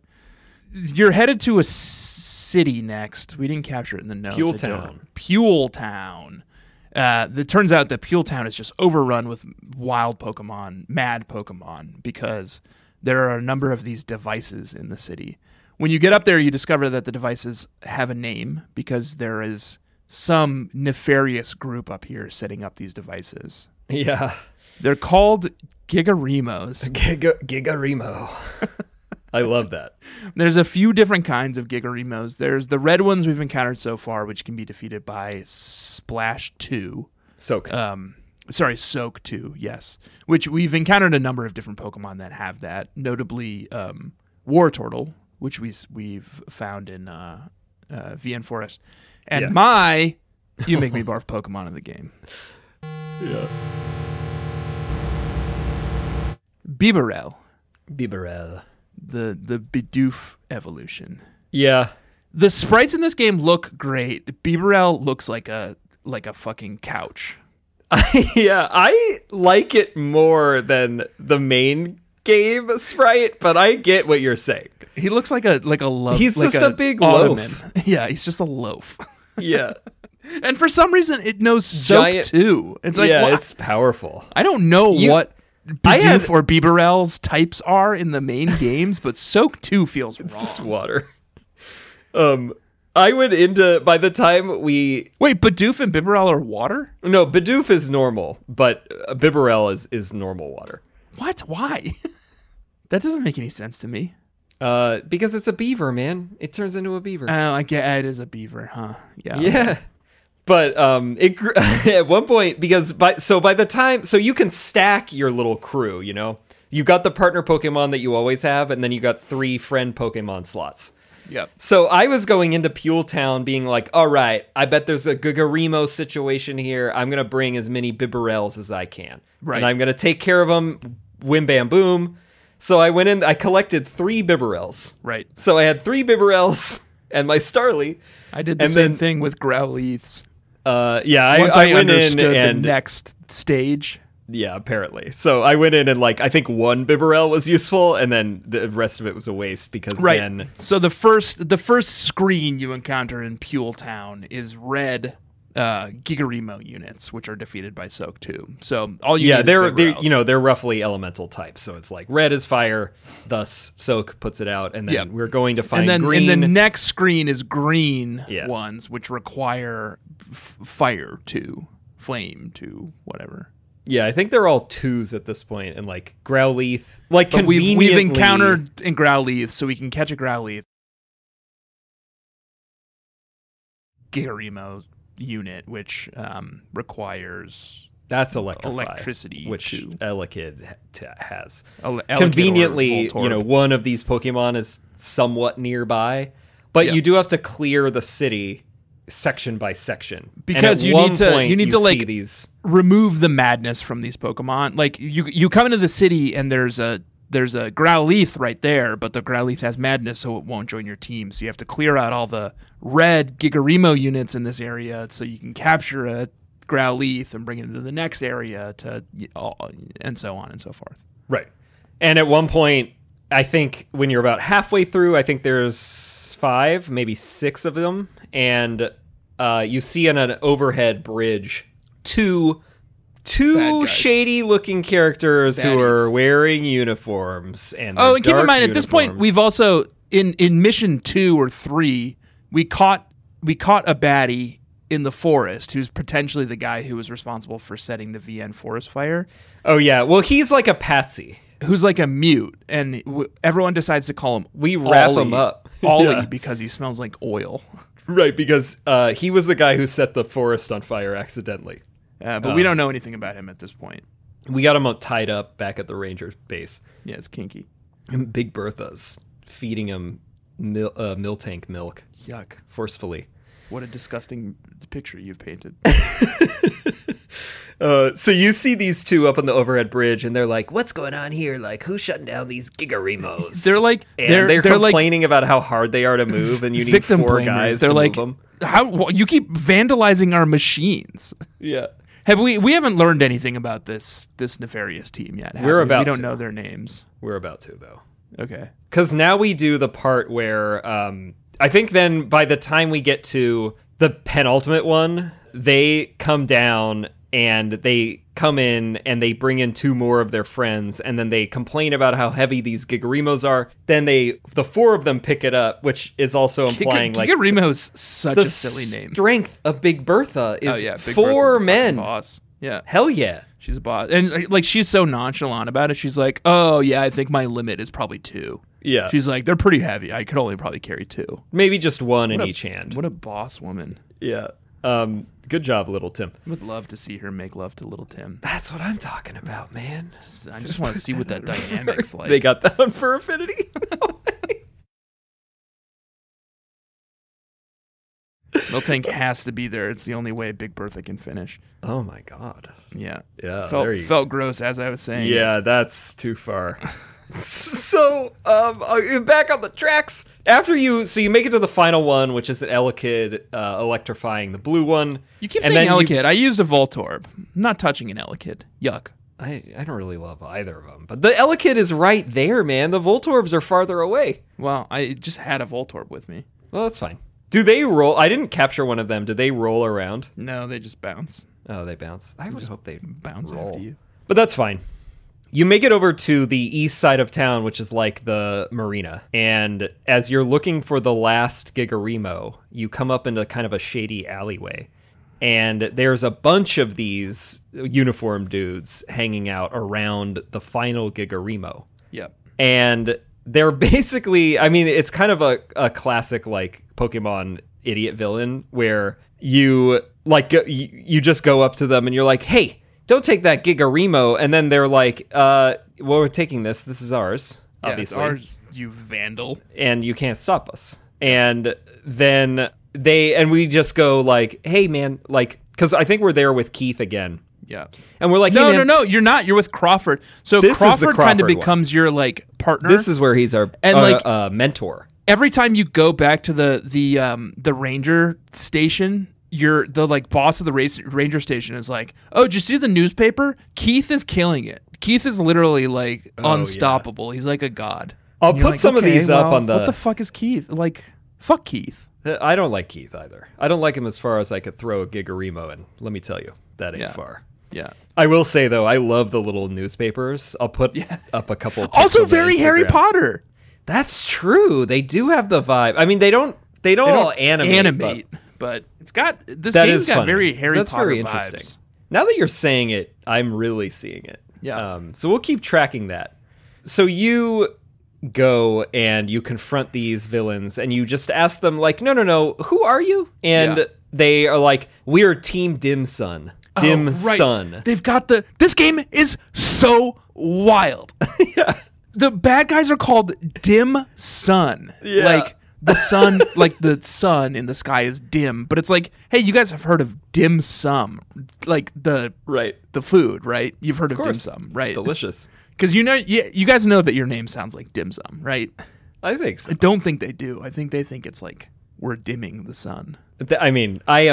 S1: You're headed to a city next. We didn't capture it in the notes.
S2: Pule
S1: I don't-
S2: Town.
S1: Pule Town. Uh, it turns out that Pule Town is just overrun with wild Pokemon, mad Pokemon, because there are a number of these devices in the city. When you get up there, you discover that the devices have a name because there is some nefarious group up here setting up these devices.
S2: [laughs] yeah,
S1: They're called Gigarimos.
S2: Giga Gigarimo. [laughs] I love that.
S1: There's a few different kinds of Gigarimos. There's the red ones we've encountered so far, which can be defeated by Splash 2.
S2: So
S1: um sorry soak too yes which we've encountered a number of different pokemon that have that notably um war turtle which we s- we've found in uh, uh vn forest and
S2: Yeah.
S1: my you make
S2: [laughs]
S1: me barf pokemon of the game
S2: yeah,
S1: bibarel
S2: Bibarel.
S1: the the bidoof evolution
S2: Yeah,
S1: the sprites in this game look great bibarel looks like a like a fucking couch
S2: yeah. I
S1: [laughs]
S2: like it more than the main game sprite, but I get what you're saying.
S1: He looks like a like a loaf.
S2: He's
S1: like
S2: just a big
S1: loaf. [laughs] Yeah, he's just a loaf. [laughs]
S2: [laughs] Yeah.
S1: And for some reason, it knows soap
S2: Giant-
S1: too. It's like
S2: yeah,
S1: wha-
S2: it's powerful.
S1: I don't know
S2: You-
S1: what
S2: I
S1: Bidoof
S2: had-
S1: or Bieberell's types are in the
S2: [laughs]
S1: main games, but Soak Two feels wrong.
S2: It's just water. Um I went into by the time we
S1: Wait, Bidoof and Bieberell are water?
S2: no Bidoof is normal, but uh, Bibarel is is normal water
S1: What? Why? [laughs] that doesn't make any sense to me.
S2: uh, because it's a beaver, man. It turns into a beaver.
S1: Oh, I get it is a beaver, huh? Yeah.
S2: Yeah. But um, it gr- [laughs] at one point because by so by the time so you can stack your little crew, you know, you got the partner Pokemon that you always have, and then you got three friend Pokemon slots.
S1: Yep.
S2: So I was going into Pule Town being like, all right, I bet there's a Gugarimo situation here. I'm going to bring as many Bibarels as I can.
S1: Right.
S2: And I'm going to take care of them. Whim bam boom. So I went in, I collected three Bibarels.
S1: Right.
S2: So I had three Bibarels [laughs] and my Starly.
S1: I did the
S2: And
S1: same
S2: then-
S1: thing with Growlithe.
S2: Uh, yeah, I,
S1: Once
S2: I,
S1: I,
S2: went in
S1: understood
S2: and
S1: the next stage.
S2: yeah, apparently. So I went in and like I think one Bibarel was useful, and then the rest of it was a waste because
S1: Right.
S2: then
S1: so the first the first screen you encounter in Pule Town is red uh Gigarimo units, which are defeated by Soak 2. So all you
S2: yeah,
S1: need
S2: they're
S1: is
S2: they
S1: Bibberells.
S2: you know they're roughly elemental types. So it's like red is fire, thus Soak puts it out, and then
S1: Yep.
S2: we're going to find
S1: and then
S2: green.
S1: and the next screen is green
S2: Yeah.
S1: ones, which require f- fire to flame to whatever.
S2: yeah, I think they're all twos at this point, and like Growlithe, like
S1: But we've,
S2: conveniently
S1: we've encountered in Growlithe, so we can catch a Growlithe. Gigarimo unit, which um, requires
S2: that's electrify,
S1: electricity
S2: which
S1: too.
S2: Elekid t- has.
S1: Ele- Elekid or
S2: conveniently,
S1: Voltorb.
S2: you know, one of these Pokemon is somewhat nearby, but
S1: Yeah.
S2: you do have to clear the city section by section And
S1: Because
S2: at
S1: you
S2: one
S1: need to-
S2: point,
S1: you need to,
S2: see
S1: like-
S2: these.
S1: remove the madness from these Pokemon. Like you, you come into the city and there's a there's a Growlithe right there, but the Growlithe has madness, so it won't join your team. So you have to clear out all the red Gigarimo units in this area, so you can capture a Growlithe and bring it into the next area to and so on and so forth.
S2: Right. And at one point, I think when you're about halfway through, I think there's five, maybe six of them, and uh, you see on an overhead bridge two
S1: Bad
S2: two
S1: guys.
S2: shady looking characters who
S1: Baddies.
S2: are wearing uniforms and
S1: Oh,
S2: they're
S1: and keep in
S2: dark
S1: mind at this point
S2: uniforms.
S1: we've also in in mission two or three we caught we caught a baddie in the forest who's potentially the guy who was responsible for setting the VN forest fire,
S2: oh yeah well he's like a patsy
S1: who's like a mute, and w- everyone decides to call him.
S2: We wrap
S1: Ollie-
S2: him up.
S1: [laughs] Ollie
S2: Yeah.
S1: because he smells like oil. [laughs]
S2: Right, because uh, he was the guy who set the forest on fire accidentally.
S1: Uh, but we don't know anything about him at this point.
S2: We got him up tied up back at the ranger base.
S1: Yeah, it's kinky.
S2: And Big Bertha's feeding him mil- uh, mill tank milk
S1: Yuck!
S2: forcefully.
S1: What a disgusting picture you've painted.
S2: Uh, so you see these two up on the overhead bridge, and they're like, "What's going on here? Like, who's shutting down these gigarimos?"
S1: They're like-
S2: and
S1: they're-
S2: [laughs] they're,
S1: they're like-
S2: complaining about how hard they are to move, and you need
S1: Victim
S2: four
S1: blamers.
S2: guys.
S1: They're
S2: to
S1: like,
S2: move 'em.
S1: how wh- you keep vandalizing our machines?
S2: "Yeah."
S1: Have we? We haven't learned anything about this this nefarious team yet. have
S2: We're
S1: we? We
S2: about
S1: don't
S2: to.
S1: know their names.
S2: We're about to though.
S1: Okay.
S2: Because now we do the part where um, I think then by the time we get to the penultimate one, they come down and they come in and they bring in two more of their friends and then they complain about how heavy these gigarimos are. Then they the four of them pick it up, which is also implying like
S1: Gigarimo's such
S2: the
S1: a silly name.
S2: strength of Big Bertha is
S1: Oh yeah, Big Bertha's a
S2: four
S1: fucking
S2: men.
S1: Boss. Yeah,
S2: Hell yeah.
S1: she's a boss, and like, like she's so nonchalant about it. She's like, "Oh yeah, I think my limit is probably two.
S2: Yeah.
S1: She's like, "They're pretty heavy. I could only probably carry two.
S2: Maybe just one in
S1: What a-
S2: each hand.
S1: What a boss woman!
S2: yeah. Um, good job, little Tim.
S1: I would love to see her make love to little Tim.
S2: That's what I'm talking about, man.
S1: I just want to see what
S2: [laughs]
S1: that dynamics like.
S2: They got that one [laughs] for affinity.
S1: Miltank has to be there. It's the only way Big Bertha can finish.
S2: oh my god.
S1: Yeah.
S2: Yeah,
S1: Felt,
S2: there you
S1: felt gross as I was saying. it.
S2: Yeah, that's too far.
S1: [laughs]
S2: so, um, uh, back on the tracks. After you, so you make it to the final one, which is an Elekid uh, electrifying the blue one.
S1: You keep
S2: And
S1: saying
S2: then you-
S1: Elekid. I used a Voltorb. I'm not touching an Elekid. Yuck.
S2: I, I don't really love either of them, but the Elekid is right there, man. The Voltorbs are farther away.
S1: Well, I just had a Voltorb with me.
S2: Well, that's fine. Do they roll? I didn't capture one of them. Do they roll around?
S1: No, they just bounce.
S2: Oh, they bounce. I would hope they
S1: Bounce
S2: roll.
S1: after you.
S2: But that's fine. You make it over to the east side of town, which is like the marina. And as you're looking for the last Gigarimo, you come up into kind of a shady alleyway. And there's a bunch of these uniform dudes hanging out around the final Gigarimo
S1: Yep.
S2: and they're [laughs] basically i mean it's kind of a, a classic like pokemon idiot villain where you like go, you, you just go up to them and you're like hey don't take that gigarimo and then they're like uh well we're taking this this is ours
S1: Yeah, it's
S2: obviously
S1: ours, you vandal.
S2: and you can't stop us. And then they and we just go like, "Hey man, like cuz I think we're there with Keith again."
S1: Yeah.
S2: And we're like,
S1: No,
S2: "Hey,
S1: no,
S2: man,
S1: no. You're not. You're with Crawford. So
S2: This is the
S1: Crawford, kind
S2: Crawford
S1: of
S2: one.
S1: becomes your like partner.
S2: This is where he's our
S1: And,
S2: uh,
S1: like-
S2: uh, mentor.
S1: every time you go back to the the um the ranger station you're the like boss of the race, ranger station is like oh did you see the newspaper keith is killing it keith is literally like unstoppable he's like a god
S2: Oh, I'll
S1: And you're
S2: put
S1: like,
S2: some of
S1: "Okay,
S2: these up
S1: well,
S2: on the-
S1: what the fuck is keith like fuck keith
S2: Uh, I don't like Keith either. I don't like him as far as I could throw a Gigarimo and let me tell you, that ain't
S1: Yeah.
S2: far.
S1: yeah
S2: I will say though, I love the little newspapers. I'll put up a couple.
S1: [laughs]
S2: pics
S1: also
S2: on the
S1: very harry
S2: Instagram.
S1: potter
S2: That's true. They do have the vibe. I mean, they don't. They don't,
S1: They
S2: all
S1: don't
S2: animate. but-
S1: animate but, it's got this
S2: That
S1: game's
S2: is
S1: got
S2: funny.
S1: very harry
S2: That's
S1: potter
S2: very
S1: vibes.
S2: interesting. Now that you're saying it, I'm really seeing it.
S1: Yeah.
S2: Um, so we'll keep tracking that. So you go and you confront these villains and you just ask them like, no, no, no, who are you? And
S1: Yeah. Oh,
S2: they are like, we are Team Dim Sun.
S1: [laughs]
S2: Dim Sun.
S1: They've got the this game is so wild. The bad guys are called dim sun.
S2: Yeah.
S1: Like the sun, [laughs] like the sun in the sky is dim, but it's like, hey, you guys have heard of dim sum, like the
S2: Right.
S1: the food, right? You've heard of,
S2: Of
S1: dim
S2: course.
S1: sum, right? [laughs]
S2: Delicious.
S1: Because you know, you, you guys know that your name sounds like dim sum, right?
S2: I think so.
S1: I don't think they do. I think they think it's like we're dimming the sun.
S2: Th- I mean, I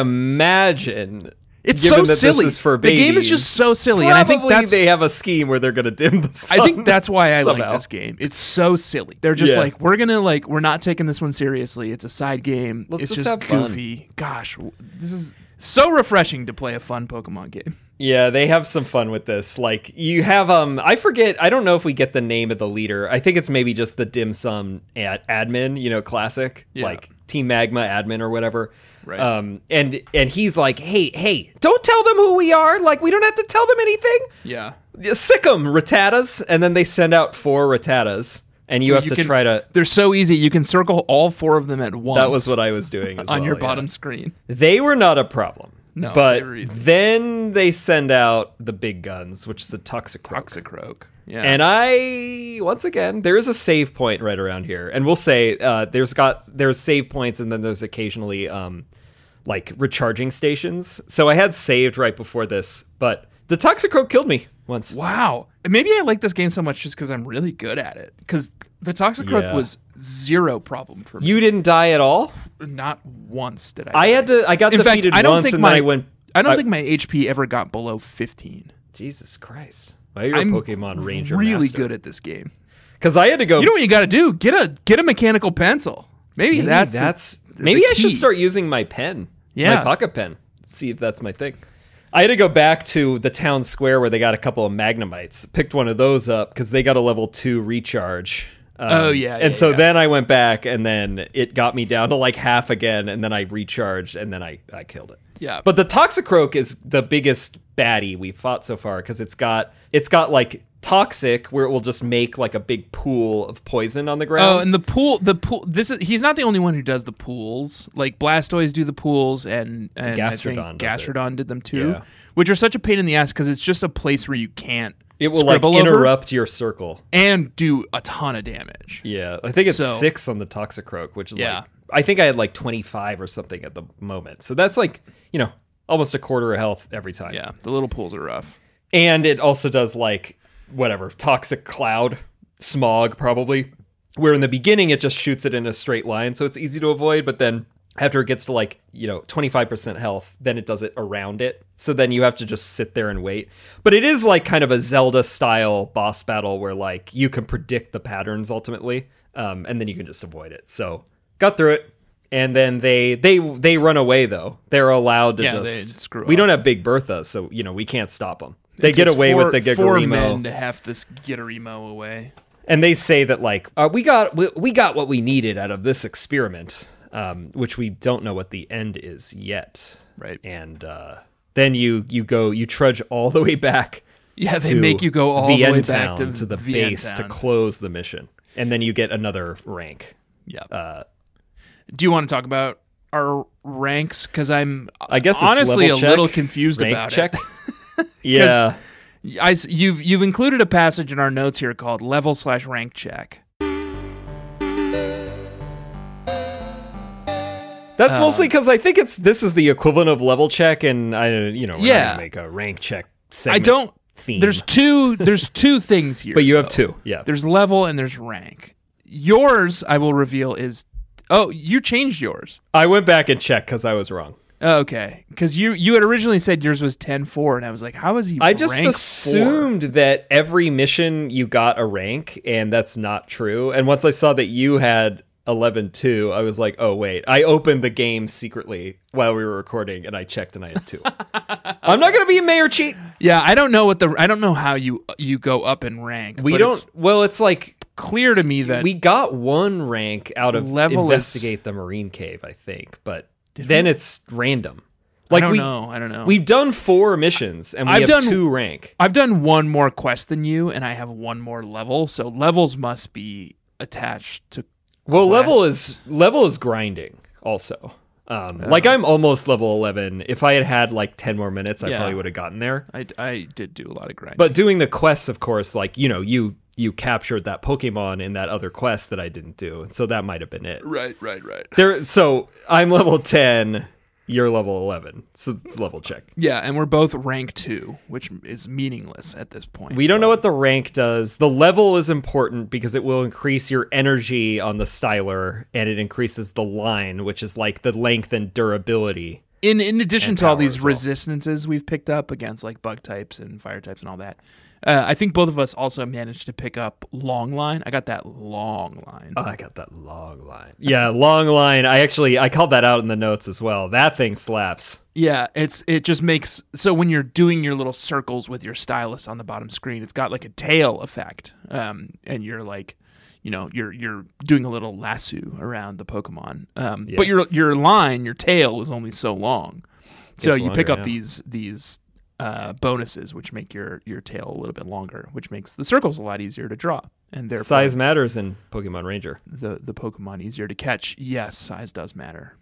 S2: imagine.
S1: It's
S2: given
S1: so
S2: that
S1: silly.
S2: This is for
S1: the
S2: babies,
S1: game is just so silly,
S2: Probably
S1: and I think that's
S2: they have a scheme where they're going to dim the sun.
S1: I
S2: [laughs]
S1: think that's why I like
S2: somehow.
S1: this game. It's so silly. They're just
S2: Yeah.
S1: like, we're gonna like, we're not taking this one seriously. It's a side game.
S2: Let's
S1: it's
S2: just
S1: just,
S2: have fun.
S1: goofy. Gosh, w- this is so refreshing to play a fun Pokemon game.
S2: Yeah, they have some fun with this. Like you have um I forget, I don't know if we get the name of the leader. I think it's maybe just the dim sum ad- admin, you know, classic.
S1: Yeah.
S2: Like Team Magma admin or whatever.
S1: Right.
S2: Um and and he's like, "Hey, hey, don't tell them who we are. Like we don't have to tell them anything.
S1: Yeah,
S2: Yeah, Sick 'em, Rattatas." And then they send out four Rattatas and you have to try to
S1: They're so easy. You can circle all four of them at once.
S2: That was what I was doing
S1: [laughs]
S2: as
S1: on
S2: well,
S1: your
S2: yeah.
S1: bottom screen.
S2: They were not a problem.
S1: No,
S2: but
S1: they were easy.
S2: then they send out the big guns, which is a Toxicroak.
S1: Toxicroak. Yeah,
S2: And I once again, there is a save point right around here, and we'll say uh, there's got there's save points, and then there's occasionally um, like recharging stations. So I had saved right before this, but the Toxicroak killed me once.
S1: wow. Maybe I like this game so much just because I'm really good at it. Because the Toxicroak
S2: Yeah.
S1: was zero problem for me.
S2: You didn't die at all.
S1: not once did I.
S2: I had to. I got
S1: In fact,
S2: defeated
S1: I don't
S2: once,
S1: think
S2: and
S1: my
S2: then I went.
S1: I don't think my HP ever got below 15.
S2: Jesus Christ! Well, you're
S1: I'm
S2: a Pokemon Ranger.
S1: really good at this game.
S2: because I had to go.
S1: You know what you got to do? Get a get a mechanical pencil. Maybe,
S2: maybe
S1: that's
S2: that's,
S1: the- the
S2: maybe I should
S1: key.
S2: start using my pen.
S1: Yeah.
S2: My pocket pen. See if that's my thing. I had to go back to the town square where they got a couple of magnemites. Picked one of those up because they got a level two recharge. Um,
S1: Oh, yeah,
S2: And
S1: yeah,
S2: so
S1: yeah.
S2: then I went back and then it got me down to like half again and then I recharged and then I, I killed it.
S1: Yeah.
S2: But the Toxicroak is the biggest baddie we've fought so far because it's got it's got like toxic where it will just make like a big pool of poison on the ground.
S1: Oh, and the pool, the pool. This is he's not the only one who does the pools. Like Blastoise do the pools, and, and I think
S2: Gastrodon does it.
S1: Gastrodon did them too,
S2: Yeah.
S1: which are such a pain in the ass because it's just a place where you can't.
S2: It will like
S1: scribble over
S2: interrupt your circle.
S1: and do a ton of damage.
S2: Yeah, I think it's
S1: So-
S2: six on the Toxicroak, which is
S1: Yeah.
S2: like I think I had like twenty five or something at the moment. So that's like you know almost a quarter of health every time.
S1: Yeah, the little pools are rough.
S2: and it also does like whatever toxic cloud smog probably. Where in the beginning it just shoots it in a straight line, so it's easy to avoid. But then after it gets to like you know 25% health then it does it around it so then you have to just sit there and wait but it is like kind of a zelda style boss battle where like you can predict the patterns ultimately um, and then you can just avoid it so got through it and then they they they run away though they're allowed to
S1: Yeah, they
S2: just
S1: screw
S2: we
S1: up.
S2: don't have big bertha so you know we can't stop them they
S1: It
S2: get
S1: takes
S2: away
S1: four-
S2: with the
S1: Four men
S2: Gigorimo,
S1: to have this Gigorimo away.
S2: and they say that like uh, we got we, we got what we needed out of this experiment, um, which we don't know what the end is yet
S1: Right.
S2: and uh, then you you go you trudge all the way back.
S1: Yeah, they
S2: to
S1: make you go all the way back
S2: Vientown,
S1: to,
S2: the base to
S1: Vientown.
S2: close the mission, and then you get another rank.
S1: Yeah. Uh, Do you want to talk about our ranks? Because I'm
S2: I guess it's
S1: honestly
S2: level
S1: a
S2: check,
S1: little confused
S2: rank
S1: about [laughs]
S2: check. [laughs]
S1: it.
S2: yeah,
S1: I s- you've you've included a passage in our notes here called level slash rank check.
S2: that's mostly because I think it's this is the equivalent of level check, and I you know we're not
S1: Yeah.
S2: gonna make a rank check.
S1: I
S2: Segment
S1: don't.
S2: theme.
S1: There's two. There's two things here.
S2: [laughs] but you have
S1: though.
S2: two. Yeah,
S1: There's level and there's rank. Yours, I will reveal, is oh you changed yours.
S2: I went back and checked because I was wrong.
S1: Okay, because you you had originally said yours was 10-4, and I was like, how is he?
S2: I just
S1: rank four?
S2: assumed that every mission you got a rank, and that's not true. And once I saw that you had 11 2, I was like, oh, wait. I opened the game secretly while we were recording, and I checked and I had [laughs] two. I'm not going to be a mayor cheat.
S1: Yeah, I don't know what the I don't know how you you go up in rank.
S2: We
S1: but
S2: don't.
S1: It's
S2: well, it's like
S1: clear to me that
S2: we got one rank out of
S1: Level is-
S2: investigate the marine cave, I think, but then it's random.
S1: I
S2: Like
S1: don't
S2: we,
S1: know. I don't know.
S2: we've done four missions, and we
S1: I've
S2: have
S1: done-
S2: two rank.
S1: I've done one more quest than you, and I have one more level. So levels must be attached to.
S2: Well, level
S1: quests.
S2: is level is grinding also. Um, like I'm almost level 11. If I had had like 10 more minutes, I
S1: Yeah.
S2: probably would have gotten there.
S1: I, I did do a lot of grinding.
S2: But doing the quests, of course, like you know, you you captured that Pokemon in that other quest that I didn't do, so that might have been it.
S1: right, right, right.
S2: There, so I'm level 10. You're level 11. So it's level check.
S1: Yeah, and we're both rank two, which is meaningless at this point.
S2: We don't know what the rank does. The level is important because it will increase your energy on the styler and it increases the line, which is like the length and durability
S1: in in addition
S2: and
S1: to all
S2: power
S1: these
S2: as well.
S1: resistances we've picked up against like bug types and fire types and all that. Uh, I think both of us also managed to pick up long line. I got that long line.
S2: Oh, I got that long line. [laughs] Yeah, long line. I actually I called that out in the notes as well. That thing slaps.
S1: Yeah, it's it just makes so when you're doing your little circles with your stylus on the bottom screen, it's got like a tail effect, um, and you're like, you know, you're you're doing a little lasso around the Pokemon, um, but your your line, your tail is only so long, so
S2: Gets
S1: you pick
S2: longer,
S1: up
S2: yeah.
S1: these these uh, bonuses, which make your your tail a little bit longer, which makes the circles a lot easier to draw, and therefore
S2: Size matters in Pokemon Ranger
S1: the the Pokemon easier to catch. Yes, size does matter.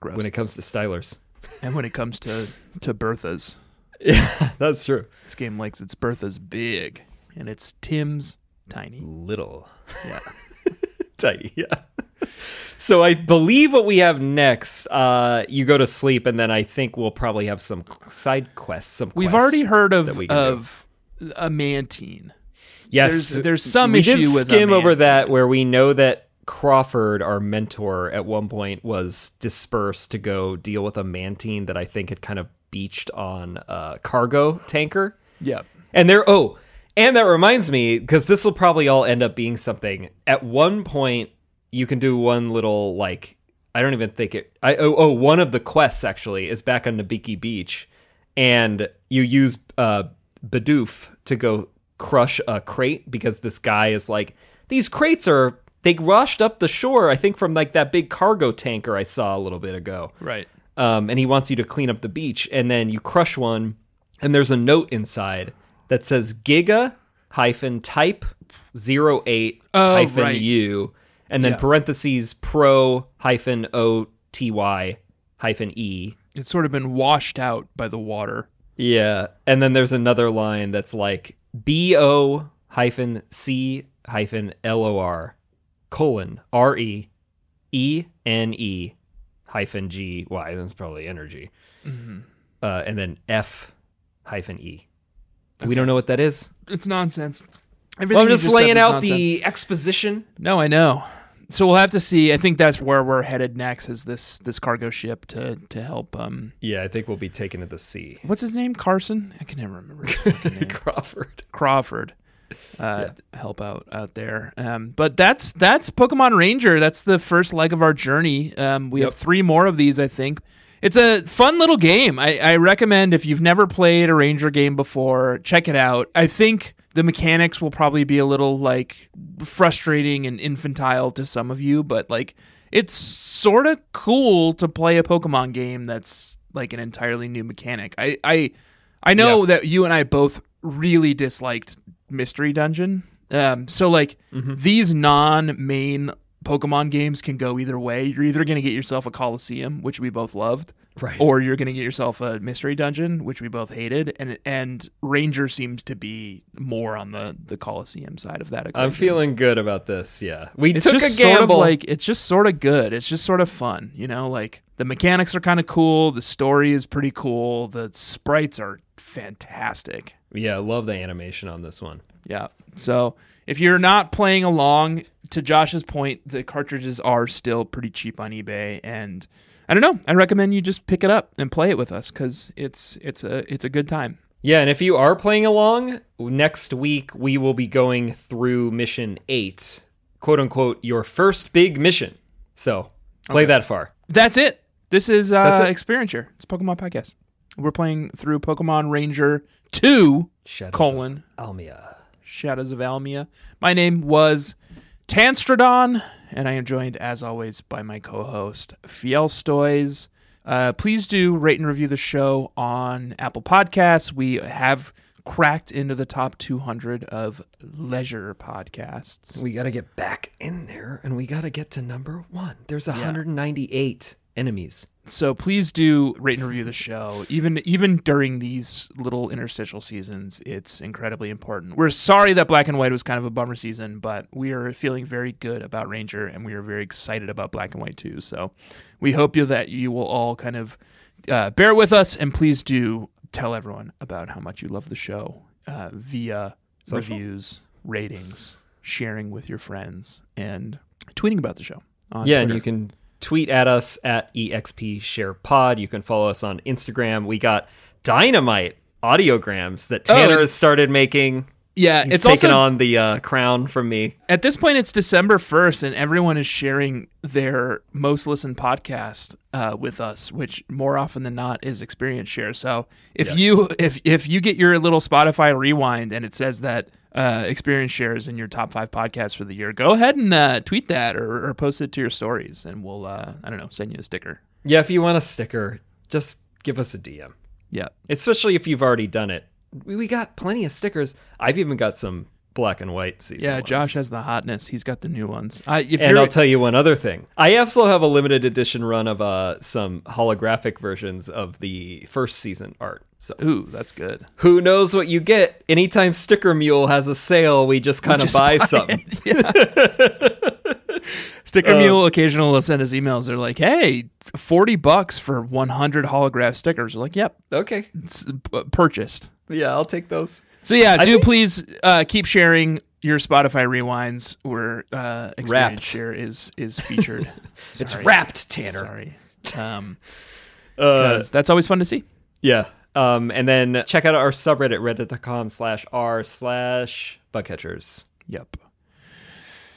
S1: Gross.
S2: when it comes to stylers.
S1: and when it comes to to Berthas.
S2: Yeah, [laughs] that's true.
S1: This game likes its Bertha's big, and it's Tim's tiny.
S2: Little [laughs]
S1: Yeah.
S2: tiny. Yeah. So I believe what we have next. Uh, you go to sleep, and then I think we'll probably have some side quests. Some
S1: We've
S2: quests.
S1: already heard
S2: that
S1: of
S2: we can
S1: of a mantine.
S2: Yes,
S1: There's- there's some
S2: we did
S1: issue with
S2: skim
S1: a
S2: over
S1: man
S2: that
S1: team.
S2: where we know that Crawford, our mentor, at one point was dispersed to go deal with a mantine that I think had kind of beached on a cargo tanker.
S1: Yep.
S2: And there, oh, and that reminds me because this will probably all end up being something. At one point, you can do one little like I don't even think it. I oh oh one of the quests actually is back on Nabiki Beach, and you use uh Bidoof to go crush a crate because this guy is like these crates are they rushed up the shore I think from like that big cargo tanker I saw a little bit ago
S1: Right.
S2: um, and he wants you to clean up the beach. And then you crush one, and there's a note inside that says Giga hyphen type 08
S1: Oh,
S2: hyphen
S1: right.
S2: U, and then parentheses pro hyphen O T Y hyphen E.
S1: It's sort of been washed out by the water.
S2: Yeah. And then there's another line that's like B O hyphen C hyphen L O R colon R E E N E hyphen G Y. That's probably energy.
S1: Mm-hmm.
S2: Uh, and then F hyphen E. We don't know what that is.
S1: It's nonsense. Everything
S2: Well, I'm
S1: you
S2: just,
S1: said
S2: laying
S1: was
S2: out
S1: nonsense.
S2: the exposition.
S1: No, I know. So we'll have to see. I think that's where we're headed next is this this cargo ship to to help um
S2: Yeah, I think we'll be taken to the sea.
S1: what's his name? Carson? I can never
S2: [laughs]
S1: remember his [laughs] fucking name.
S2: Crawford.
S1: Crawford. Uh, help out out there. Um, but that's that's Pokemon Ranger. That's the first leg of our journey. Um, we have
S2: Yep.
S1: three more of these, I think. It's a fun little game. I, I recommend if you've never played a Ranger game before, check it out. I think the mechanics will probably be a little like frustrating and infantile to some of you, but like it's sort of cool to play a Pokemon game that's like an entirely new mechanic. I I I know
S2: Yeah.
S1: that you and I both really disliked Mystery Dungeon. Um, so like
S2: Mm-hmm.
S1: these non-main Pokemon games can go either way. You're either gonna get yourself a Coliseum, which we both loved,
S2: Right.
S1: or you're gonna get yourself a Mystery Dungeon, which we both hated. And and Ranger seems to be more on the the Coliseum side of that. Equation.
S2: I'm feeling good about this. Yeah, we
S1: It's
S2: took
S1: just
S2: a gamble.
S1: sort of like it's just sort of good. It's just sort of fun, you know. Like the mechanics are kind of cool. The story is pretty cool. The sprites are fantastic.
S2: yeah, I love the animation on this one.
S1: Yeah. So if you're not playing along, to Josh's point, the cartridges are still pretty cheap on eBay, and I don't know. I recommend you just pick it up and play it with us because it's it's a it's a good time.
S2: Yeah, and if you are playing along, next week we will be going through mission eight, quote unquote, your first big mission. So play that far.
S1: That's it. This is uh,
S2: That's it.
S1: Experiencer. It's Pokemon podcast. We're playing through Pokemon Ranger Two
S2: Shadows of
S1: colon
S2: Almia.
S1: Shadows of Almia. My name was Tanstradon, and I am joined, as always, by my co host, Fielstoys. Uh, please do rate and review the show on Apple Podcasts. We have cracked into the top 200 of leisure podcasts.
S2: We got to get back in there and we got to get to number one. There's 198 enemies.
S1: So please do rate and review the show. Even even during these little interstitial seasons, it's incredibly important. We're sorry that Black and White was kind of a bummer season, but we are feeling very good about Ranger and we are very excited about Black and White too. So we hope you that you will all kind of uh, bear with us and please do tell everyone about how much you love the show uh, via reviews, ratings, sharing with your friends, and tweeting about the show. On
S2: yeah,
S1: Twitter.
S2: and you can tweet at us at EXP Share Pod. You can follow us on Instagram. We got dynamite audiograms that
S1: Oh,
S2: Tanner
S1: and-
S2: has started making.
S1: yeah,
S2: He's
S1: it's
S2: taken
S1: also
S2: on the uh, crown from me.
S1: At this point, it's December 1st, and everyone is sharing their most listened podcast uh, with us, which more often than not is Experience Share. So if you if if you get your little Spotify rewind and it says that uh, Experience Share is in your top five podcasts for the year, go ahead and uh, tweet that or, or post it to your stories, and we'll uh, I don't know send you a sticker.
S2: Yeah, if you want a sticker, just give us a DM.
S1: Yeah,
S2: Especially if you've already done it. We, we got plenty of stickers. I've even got some black and white season.
S1: yeah.
S2: ones.
S1: Josh has the hotness. He's got the new ones. I, if
S2: And
S1: you're,
S2: I'll tell you one other thing. I also have a limited edition run of uh, some holographic versions of the first season art. So
S1: Ooh, that's good.
S2: who knows what you get? Anytime Sticker Mule has a sale, we just kind of
S1: just
S2: buy,
S1: buy
S2: something. Oh.
S1: Sticker Mule occasionally will send us emails. They're like, hey, 40 bucks for 100 holograph stickers. We're like, yep,
S2: [laughs] Okay.
S1: it's uh, purchased.
S2: Yeah, I'll take those.
S1: So, yeah, do
S2: think-
S1: please uh, keep sharing your Spotify rewinds where uh, Experience
S2: Wrapped.
S1: Share is, is featured.
S2: [laughs] It's
S1: Sorry.
S2: wrapped, Tanner.
S1: Sorry. Um,
S2: Uh,
S1: 'cause that's always fun to see.
S2: Yeah. Um, and then check out our subreddit, reddit.com slash r slash bugcatchers.
S1: Yep.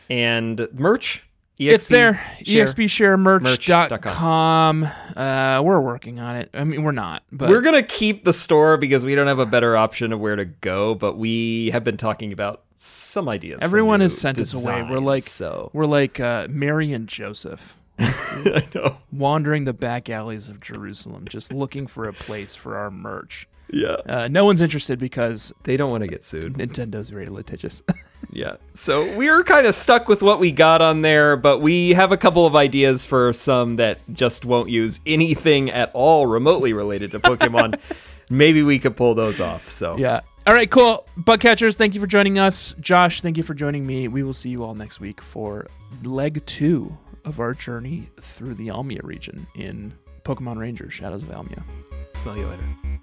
S2: And merch. EXP,
S1: It's there. E
S2: share.
S1: EXPShareMerch.com. Uh, we're working on it. I mean, we're not, but
S2: We're going to keep the store because we don't have a better option of where to go, but we have been talking about some ideas. for
S1: everyone
S2: new
S1: has sent us away. We're
S2: designs,
S1: like,
S2: so.
S1: we're like uh, Mary and Joseph.
S2: [laughs] I know.
S1: wandering the back alleys of Jerusalem, just looking for a place for our merch.
S2: Yeah.
S1: Uh, no one's interested because
S2: They don't want to get sued.
S1: Nintendo's very litigious. [laughs]
S2: Yeah. So we're kind of stuck with what we got on there, but we have a couple of ideas for some that just won't use anything at all remotely related to Pokemon. Maybe we could pull those off. So
S1: yeah. All right, cool. Bug catchers, thank you for joining us. Josh, thank you for joining me. We will see you all next week for leg two of our journey through the Almia region in Pokemon Ranger Shadows of Almia. Smell you later.